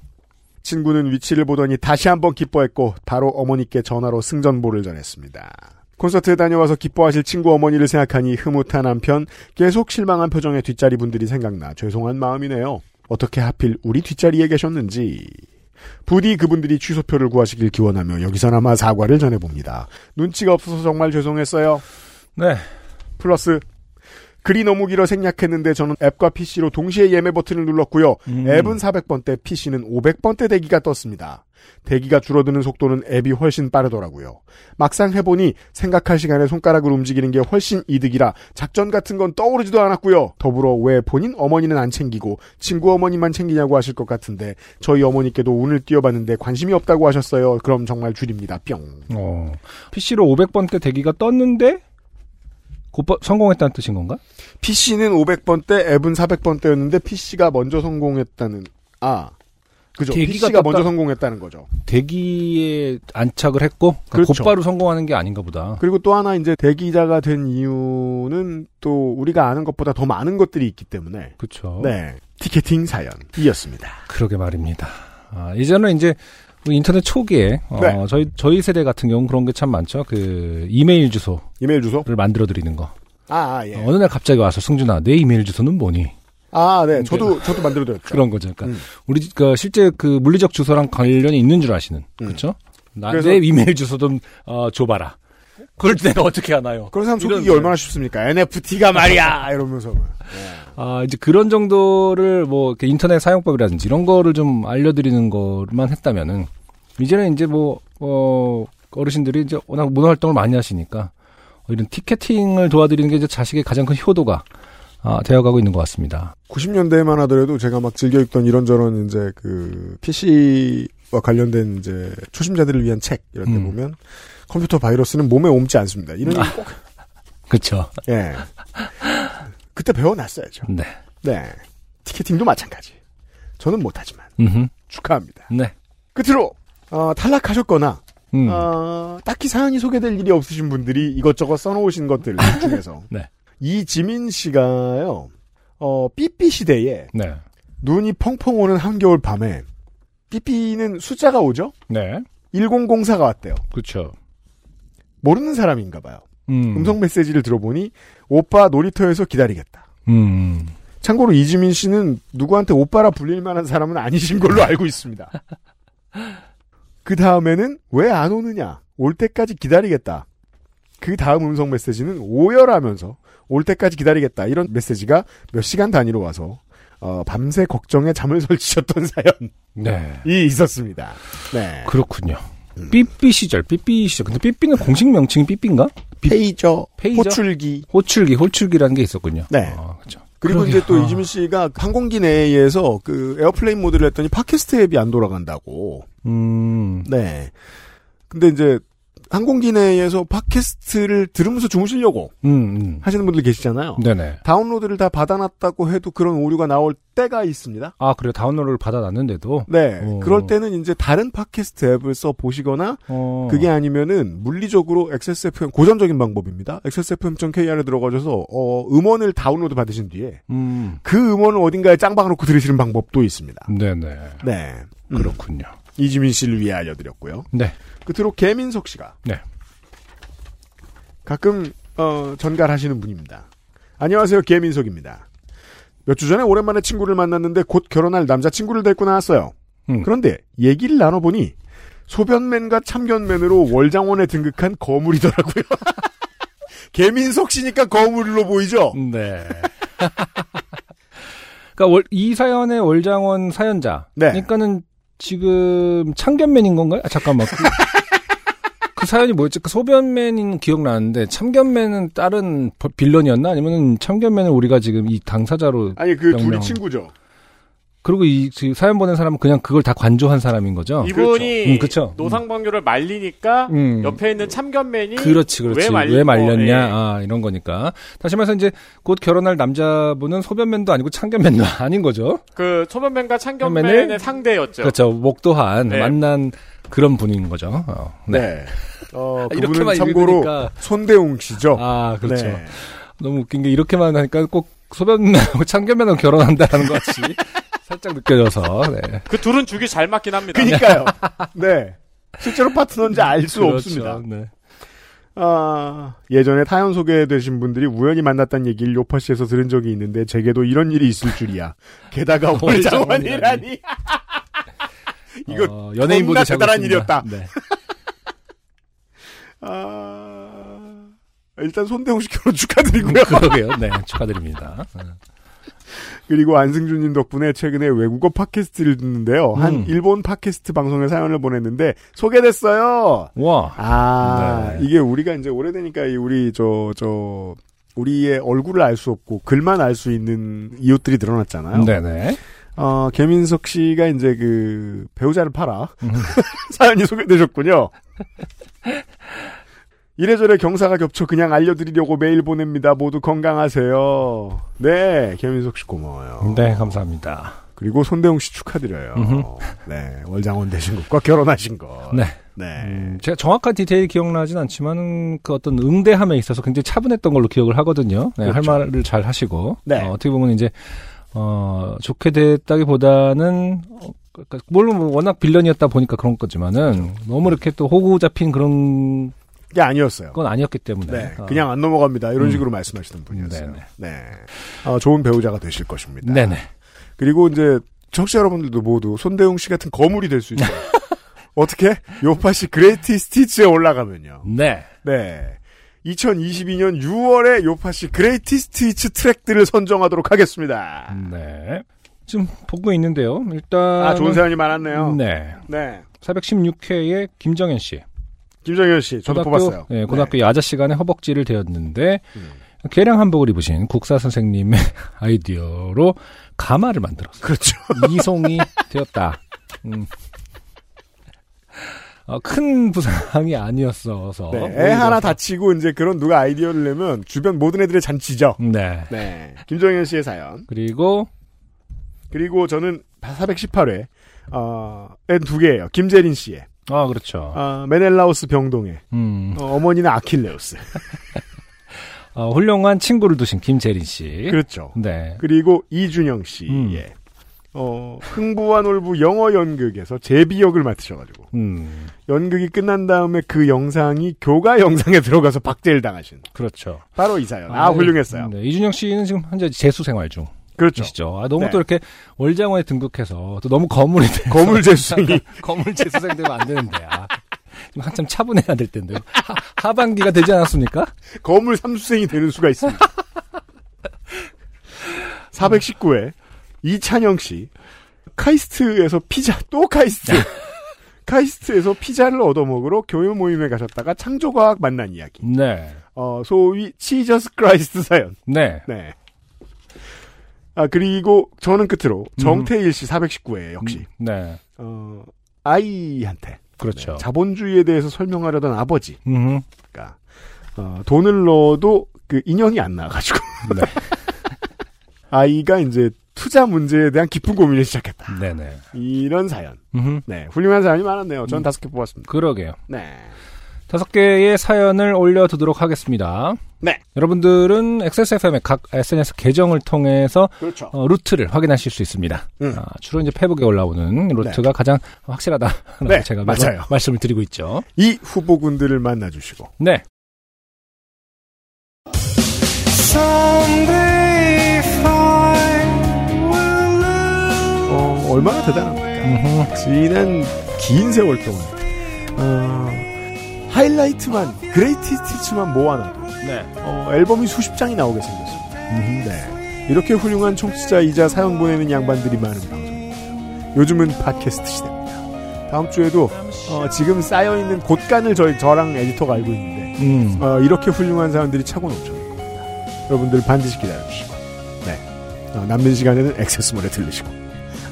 Speaker 1: 친구는 위치를 보더니 다시 한번 기뻐했고 바로 어머니께 전화로 승전보를 전했습니다. 콘서트에 다녀와서 기뻐하실 친구 어머니를 생각하니 흐뭇한 한편 계속 실망한 표정의 뒷자리 분들이 생각나 죄송한 마음이네요. 어떻게 하필 우리 뒷자리에 계셨는지. 부디 그분들이 취소표를 구하시길 기원하며 여기서나마 사과를 전해봅니다. 눈치가 없어서 정말 죄송했어요.
Speaker 2: 네.
Speaker 1: 플러스 글이 너무 길어 생략했는데 저는 앱과 PC로 동시에 예매 버튼을 눌렀고요.
Speaker 2: 음.
Speaker 1: 앱은 400번대, PC는 500번대 대기가 떴습니다. 대기가 줄어드는 속도는 앱이 훨씬 빠르더라고요. 막상 해보니 생각할 시간에 손가락을 움직이는 게 훨씬 이득이라 작전 같은 건 떠오르지도 않았고요. 더불어 왜 본인 어머니는 안 챙기고 친구 어머니만 챙기냐고 하실 것 같은데 저희 어머니께도 운을 띄워봤는데 관심이 없다고 하셨어요. 그럼 정말 줄입니다. 뿅.
Speaker 2: 어. PC로 500번대 대기가 떴는데 곧바, 성공했다는 뜻인 건가?
Speaker 1: PC는 500번대, 앱은 400번대였는데 PC가 먼저 성공했다는 아 그죠?
Speaker 2: 대기가
Speaker 1: PC가 먼저
Speaker 2: 떴다-
Speaker 1: 성공했다는 거죠.
Speaker 2: 대기에 안착을 했고 그러니까
Speaker 1: 그렇죠.
Speaker 2: 곧바로 성공하는 게 아닌가 보다.
Speaker 1: 그리고 또 하나 이제 대기자가 된 이유는 또 우리가 아는 것보다 더 많은 것들이 있기 때문에
Speaker 2: 그렇죠.
Speaker 1: 네 티켓팅 사연이었습니다.
Speaker 2: 그러게 말입니다. 아, 이제는 이제 그 인터넷 초기에 어,
Speaker 1: 네.
Speaker 2: 저희 저희 세대 같은 경우 는 그런 게 참 많죠. 그 이메일 주소를
Speaker 1: 이메일 주소
Speaker 2: 만들어 드리는 거.
Speaker 1: 아, 아 예.
Speaker 2: 어느 날 갑자기 와서 승준아 내 이메일 주소는 뭐니?
Speaker 1: 아, 네. 저도, 저도 만들어드렸죠.
Speaker 2: 그런 거죠. 그러니까
Speaker 1: 음.
Speaker 2: 우리 집- 그러니까 실제 그 물리적 주소랑 관련이 있는 줄 아시는 그렇죠? 나
Speaker 1: 음. 그래서-
Speaker 2: 내 이메일 주소 좀 어, 줘봐라. 그걸 내가 어떻게 하나요?
Speaker 1: 그런 사람
Speaker 2: 이런
Speaker 1: 속이기 얼마나 쉽습니까? NFT가 말이야! 이러면서. 예.
Speaker 2: 아 이제 그런 정도를 뭐 이렇게 인터넷 사용법이라든지 이런 거를 좀 알려드리는 것만 했다면은 이제는 이제 뭐어 어르신들이 이제 워낙 문화 활동을 많이 하시니까 이런 티켓팅을 도와드리는 게 이제 자식의 가장 큰 효도가 아, 되어가고 있는 것 같습니다.
Speaker 1: 90년대만 하더라도 제가 막 즐겨 읽던 이런저런 이제 그 PC와 관련된 이제 초심자들을 위한 책 이런 데
Speaker 2: 음. 아.
Speaker 1: 보면 컴퓨터 바이러스는 몸에 옮지 않습니다. 이런 얘기 꼭,
Speaker 2: 그렇죠.
Speaker 1: 예. 그때 배워놨어야죠.
Speaker 2: 네.
Speaker 1: 네. 티켓팅도 마찬가지. 저는 못하지만
Speaker 2: 음.
Speaker 1: 축하합니다.
Speaker 2: 네.
Speaker 1: 끝으로 어, 탈락하셨거나
Speaker 2: 음.
Speaker 1: 어, 딱히 사연이 소개될 일이 없으신 분들이 이것저것 써놓으신 것들 중에서
Speaker 2: 네.
Speaker 1: 이지민 씨가요 어, 삐삐 시대에
Speaker 2: 네.
Speaker 1: 눈이 펑펑 오는 한겨울 밤에 삐삐는 숫자가 오죠?
Speaker 2: 네.
Speaker 1: 1004가 왔대요.
Speaker 2: 그렇죠.
Speaker 1: 모르는 사람인가 봐요.
Speaker 2: 음.
Speaker 1: 음성 메시지를 들어보니 오빠 놀이터에서 기다리겠다.
Speaker 2: 음.
Speaker 1: 참고로 이지민 씨는 누구한테 오빠라 불릴 만한 사람은 아니신 걸로 알고 있습니다. 그 다음에는 왜 안 오느냐? 올 때까지 기다리겠다. 그 다음 음성 메시지는 오열하면서 올 때까지 기다리겠다. 이런 메시지가 몇 시간 단위로 와서 어, 밤새 걱정에 잠을 설치셨던 사연이
Speaker 2: 네.
Speaker 1: 있었습니다. 네.
Speaker 2: 그렇군요. 삐삐 시절, 삐삐 시절. 근데 삐삐는 공식 명칭이 삐삐인가?
Speaker 1: 그 페이저,
Speaker 2: 페이저?
Speaker 1: 호출기.
Speaker 2: 호출기, 호출기라는 게 있었군요.
Speaker 1: 네.
Speaker 2: 아, 그렇죠.
Speaker 1: 그리고
Speaker 2: 그러게요.
Speaker 1: 이제 또
Speaker 2: 아.
Speaker 1: 이지민 씨가 항공기 내에서 그 에어플레인 모드를 했더니 팟캐스트 앱이 안 돌아간다고
Speaker 2: 음.
Speaker 1: 네. 근데 이제 항공기 내에서 팟캐스트를 들으면서 주무시려고
Speaker 2: 음, 음.
Speaker 1: 하시는 분들 계시잖아요.
Speaker 2: 네네.
Speaker 1: 다운로드를 다 받아놨다고 해도 그런 오류가 나올 때가 있습니다.
Speaker 2: 아, 그래. 다운로드를 받아놨는데도.
Speaker 1: 네.
Speaker 2: 오.
Speaker 1: 그럴 때는 이제 다른 팟캐스트 앱을 써 보시거나
Speaker 2: 어.
Speaker 1: 그게 아니면은 물리적으로 XSFM 고전적인 방법입니다. XSFM.kr에 들어가셔서 어, 음원을 다운로드 받으신 뒤에
Speaker 2: 음.
Speaker 1: 그 음원을 어딘가에 짱박 놓고 들으시는 방법도 있습니다.
Speaker 2: 네네.
Speaker 1: 네. 음,
Speaker 2: 그렇군요.
Speaker 1: 이지민 씨를 위해 알려드렸고요.
Speaker 2: 네.
Speaker 1: 끝으로 개민석 씨가
Speaker 2: 네.
Speaker 1: 가끔 어, 전갈하시는 분입니다. 안녕하세요, 개민석입니다. 몇 주 전에 오랜만에 친구를 만났는데 곧 결혼할 남자친구를 데리고 나왔어요.
Speaker 2: 음.
Speaker 1: 그런데 얘기를 나눠보니 소변맨과 참견맨으로 월장원에 등극한 거물이더라고요. 개민석 씨니까 거물로 보이죠?
Speaker 2: 네. 그러니까 월, 이 사연의 월장원 사연자.
Speaker 1: 네.
Speaker 2: 그러니까는 지금 참견맨인 건가요? 아, 잠깐만. 그, 그 사연이 뭐였지? 그 소변맨인 기억나는데 참견맨은 다른 버- 빌런이었나? 아니면은 참견맨은 우리가 지금 이 당사자로
Speaker 1: 아니 그
Speaker 2: 명명.
Speaker 1: 둘이 친구죠.
Speaker 2: 그리고 이 지금 사연 보낸 사람은 그냥 그걸 다 관조한 사람인 거죠.
Speaker 5: 이분이
Speaker 2: 음, 그렇죠.
Speaker 5: 노상방교를 말리니까
Speaker 2: 음.
Speaker 5: 옆에 있는 참견맨이
Speaker 2: 그렇지, 그렇지.
Speaker 5: 왜
Speaker 2: 왜,
Speaker 5: 말린
Speaker 2: 말렸냐?
Speaker 5: 거, 예.
Speaker 2: 아, 이런 거니까. 다시 말해서 이제 곧 결혼할 남자분은 소변맨도 아니고 창견맨도 아닌 거죠.
Speaker 5: 그 초변맨과 참견맨의
Speaker 2: 참견맨을-
Speaker 5: 상대였죠.
Speaker 2: 그렇죠. 목도한
Speaker 5: 네.
Speaker 2: 만난 그런 분인 거죠. 어, 네.
Speaker 1: 어,
Speaker 2: 아, 이렇게만
Speaker 1: 그분은 참고로
Speaker 2: 읽으니까.
Speaker 1: 손대웅 씨죠.
Speaker 2: 아, 그렇죠.
Speaker 1: 네.
Speaker 2: 너무 웃긴 게 이렇게만 하니까 꼭 소변맨하고 창견맨하고 결혼한다는 것 같이 살짝 느껴져서. 네.
Speaker 5: 그 둘은 죽이 잘 맞긴 합니다.
Speaker 1: 그니까요. 네. 실제로 파트너인지 알 수
Speaker 2: 그렇죠.
Speaker 1: 없습니다.
Speaker 2: 네.
Speaker 1: 아, 예전에 타연 소개되신 분들이 우연히 만났다는 얘기를 요파 씨에서 들은 적이 있는데 제게도 이런 일이 있을 줄이야. 게다가 올 장원이라니. 이거
Speaker 2: 어, 연예인 보도
Speaker 1: 겁나
Speaker 2: 잘
Speaker 1: 대단한
Speaker 2: 봤습니다.
Speaker 1: 일이었다.
Speaker 2: 네.
Speaker 1: 아, 일단 손대웅 씨 결혼 축하드리고요.
Speaker 2: 그러게요. 네. 축하드립니다.
Speaker 1: 그리고 안승준님 덕분에 최근에 외국어 팟캐스트를 듣는데요. 한
Speaker 2: 음.
Speaker 1: 일본 팟캐스트 방송에 사연을 보냈는데 소개됐어요.
Speaker 2: 와.
Speaker 1: 아,
Speaker 2: 네.
Speaker 1: 이게 우리가 이제 오래되니까 이 우리 저, 저, 우리의 얼굴을 알 수 없고 글만 알 수 있는 이웃들이 드러났잖아요.
Speaker 2: 네네.
Speaker 1: 어, 개민석 씨가 이제 그 배우자를 팔아.
Speaker 2: 음.
Speaker 1: 사연이 소개되셨군요. 이래저래 경사가 겹쳐 그냥 알려드리려고 메일 보냅니다. 모두 건강하세요. 네, 개민석 씨 고마워요.
Speaker 2: 네, 감사합니다.
Speaker 1: 그리고 손대웅 씨 축하드려요.
Speaker 2: 음흠.
Speaker 1: 네, 월장원 되신 것과 결혼하신 것.
Speaker 2: 네.
Speaker 1: 네.
Speaker 2: 음, 제가 정확한 디테일이 기억나진 않지만 그 어떤 응대함에 있어서 굉장히 차분했던 걸로 기억을 하거든요. 네,
Speaker 1: 그렇죠.
Speaker 2: 할 말을 잘 하시고
Speaker 1: 네.
Speaker 2: 어, 떻게 보면 이제 어, 좋게 됐다기보다는 어, 그러니까 물론 뭐 워낙 빌런이었다 보니까 그런 거지만은 너무 이렇게 또 호구 잡힌 그런
Speaker 1: 게 아니었어요.
Speaker 2: 건 아니었기 때문에
Speaker 1: 네,
Speaker 2: 어,
Speaker 1: 그냥 안 넘어갑니다. 이런
Speaker 2: 음.
Speaker 1: 식으로 말씀하시는 분이었어요.
Speaker 2: 네네.
Speaker 1: 네, 어, 좋은 배우자가 되실 것입니다.
Speaker 2: 네네
Speaker 1: 그리고 이제 청취자 여러분들도 모두 손대웅 씨 같은 거물이 될 수 있어요. 어떻게? 요파 씨 그레이티 스티치에 올라가면요.
Speaker 2: 네
Speaker 1: 네. 2022년 6월에 요파 씨 그레이티 스티치 트랙들을 선정하도록 하겠습니다.
Speaker 2: 네. 지금 보고 있는데요. 일단
Speaker 1: 아, 좋은 사연이 많았네요. 네.
Speaker 2: 음. 네 416회에 김정현 씨
Speaker 1: 김정현 씨, 저도 뽑았어요. 네.
Speaker 2: 예, 고등학교 야자 시간에 허벅지를 대었는데
Speaker 1: 음.
Speaker 2: 계량 한복을 입으신 국사 선생님의 아이디어로 가마를 만들었어요.
Speaker 1: 그렇죠.
Speaker 2: 이송이 되었다. 음. 어, 큰 부상이 아니었어서. 뭐
Speaker 1: 네. 애 하나 다치고 이제 그런 누가 아이디어를 내면 주변 모든 애들의 잔치죠.
Speaker 2: 네.
Speaker 1: 네. 김정현 씨의 사연.
Speaker 2: 그리고
Speaker 1: 그리고 저는 418회, 어, 두 개예요. 김재린 씨의,
Speaker 2: 아 그렇죠.
Speaker 1: 아, 메넬라우스 병동의,
Speaker 2: 음.
Speaker 1: 어, 머니는 아킬레우스.
Speaker 2: 어, 훌륭한 친구를 두신 김재린 씨.
Speaker 1: 그렇죠.
Speaker 2: 네.
Speaker 1: 그리고 이준영 씨의,
Speaker 2: 음.
Speaker 1: 어, 흥부와 놀부 영어 연극에서 제비 역을 맡으셔가지고,
Speaker 2: 음.
Speaker 1: 연극이 끝난 다음에 그 영상이 교가 영상에 들어가서 박제를 당하신,
Speaker 2: 그렇죠.
Speaker 1: 바로 이 사연. 아, 훌륭했어요.
Speaker 2: 네. 이준영 씨는 지금 현재 재수 생활 중.
Speaker 1: 그렇죠.
Speaker 2: 시죠 아, 너무
Speaker 1: 네.
Speaker 2: 또 이렇게 월장원에 등극해서 또 너무 거물이 돼.
Speaker 1: 거물 재수생이.
Speaker 2: 거물 재수생 되면 안 되는데. 아. 지금 한참 차분해야 될 텐데. 하, 하반기가 되지 않았습니까?
Speaker 1: 거물 삼수생이 되는 수가 있습니다. 419회 이찬영 씨 카이스트에서 피자 또 카이스트 카이스트에서 피자를 얻어먹으러 교회 모임에 가셨다가 창조과학 만난 이야기
Speaker 2: 네.
Speaker 1: 어, 소위 치저스 크라이스트 사연
Speaker 2: 네.
Speaker 1: 네. 아 그리고 저는 끝으로 정태일 씨 419회 역시
Speaker 2: 음, 네.
Speaker 1: 어, 아이한테
Speaker 2: 그렇죠.
Speaker 1: 자본주의에 대해서 설명하려던 아버지
Speaker 2: 음.
Speaker 1: 그러니까 어, 돈을 넣어도 그 인형이 안 나와가지고
Speaker 2: 네.
Speaker 1: 아이가 이제 투자 문제에 대한 깊은 고민을 시작했다.
Speaker 2: 네네.
Speaker 1: 이런 사연.
Speaker 2: 음.
Speaker 1: 네, 훌륭한 사연이 많았네요. 저는 다섯 개 뽑았습니다.
Speaker 2: 그러게요.
Speaker 1: 네,
Speaker 2: 다섯 개의 사연을 올려두도록 하겠습니다.
Speaker 1: 네.
Speaker 2: 여러분들은 XSFM의 각 SNS 계정을 통해서
Speaker 1: 그렇죠.
Speaker 2: 어, 루트를 확인하실 수 있습니다.
Speaker 1: 음.
Speaker 2: 아, 주로 이제 페북에 올라오는 루트가 가장 확실하다.
Speaker 1: 네,
Speaker 2: 제가 매번
Speaker 1: 맞아요.
Speaker 2: 말씀을 드리고 있죠.
Speaker 1: 이 후보군들을 만나주시고
Speaker 2: 네.
Speaker 1: 어, 얼마나 대단합니까? 지난 긴 세월 동안 어, 하이라이트만 그레이티 스티치만 모아놔도
Speaker 2: 네.
Speaker 1: 어, 앨범이 수십 장이 나오게 생겼습니다. 네. 이렇게 훌륭한 청취자이자 사연 보내는 양반들이 많은 방송입니다. 요즘은 팟캐스트 시대입니다. 다음 주에도 어, 지금 쌓여있는 곳간을 저희, 저랑 에디터가 알고 있는데
Speaker 2: 음.
Speaker 1: 어, 이렇게 훌륭한 사람들이 차고 넘쳐날 겁니다. 여러분들 반드시 기다려주시고 네. 어, 남는 시간에는 액세스몰에 들르시고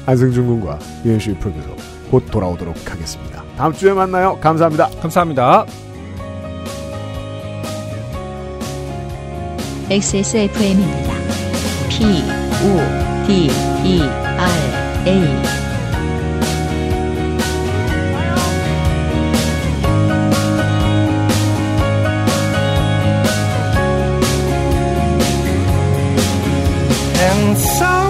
Speaker 1: 안승준 군과 유현수의 프로듀서 곧 돌아오도록 하겠습니다. 다음 주에 만나요. 감사합니다.
Speaker 2: 감사합니다.
Speaker 3: XSFM입니다. P, O, D, E, R, A.
Speaker 2: And so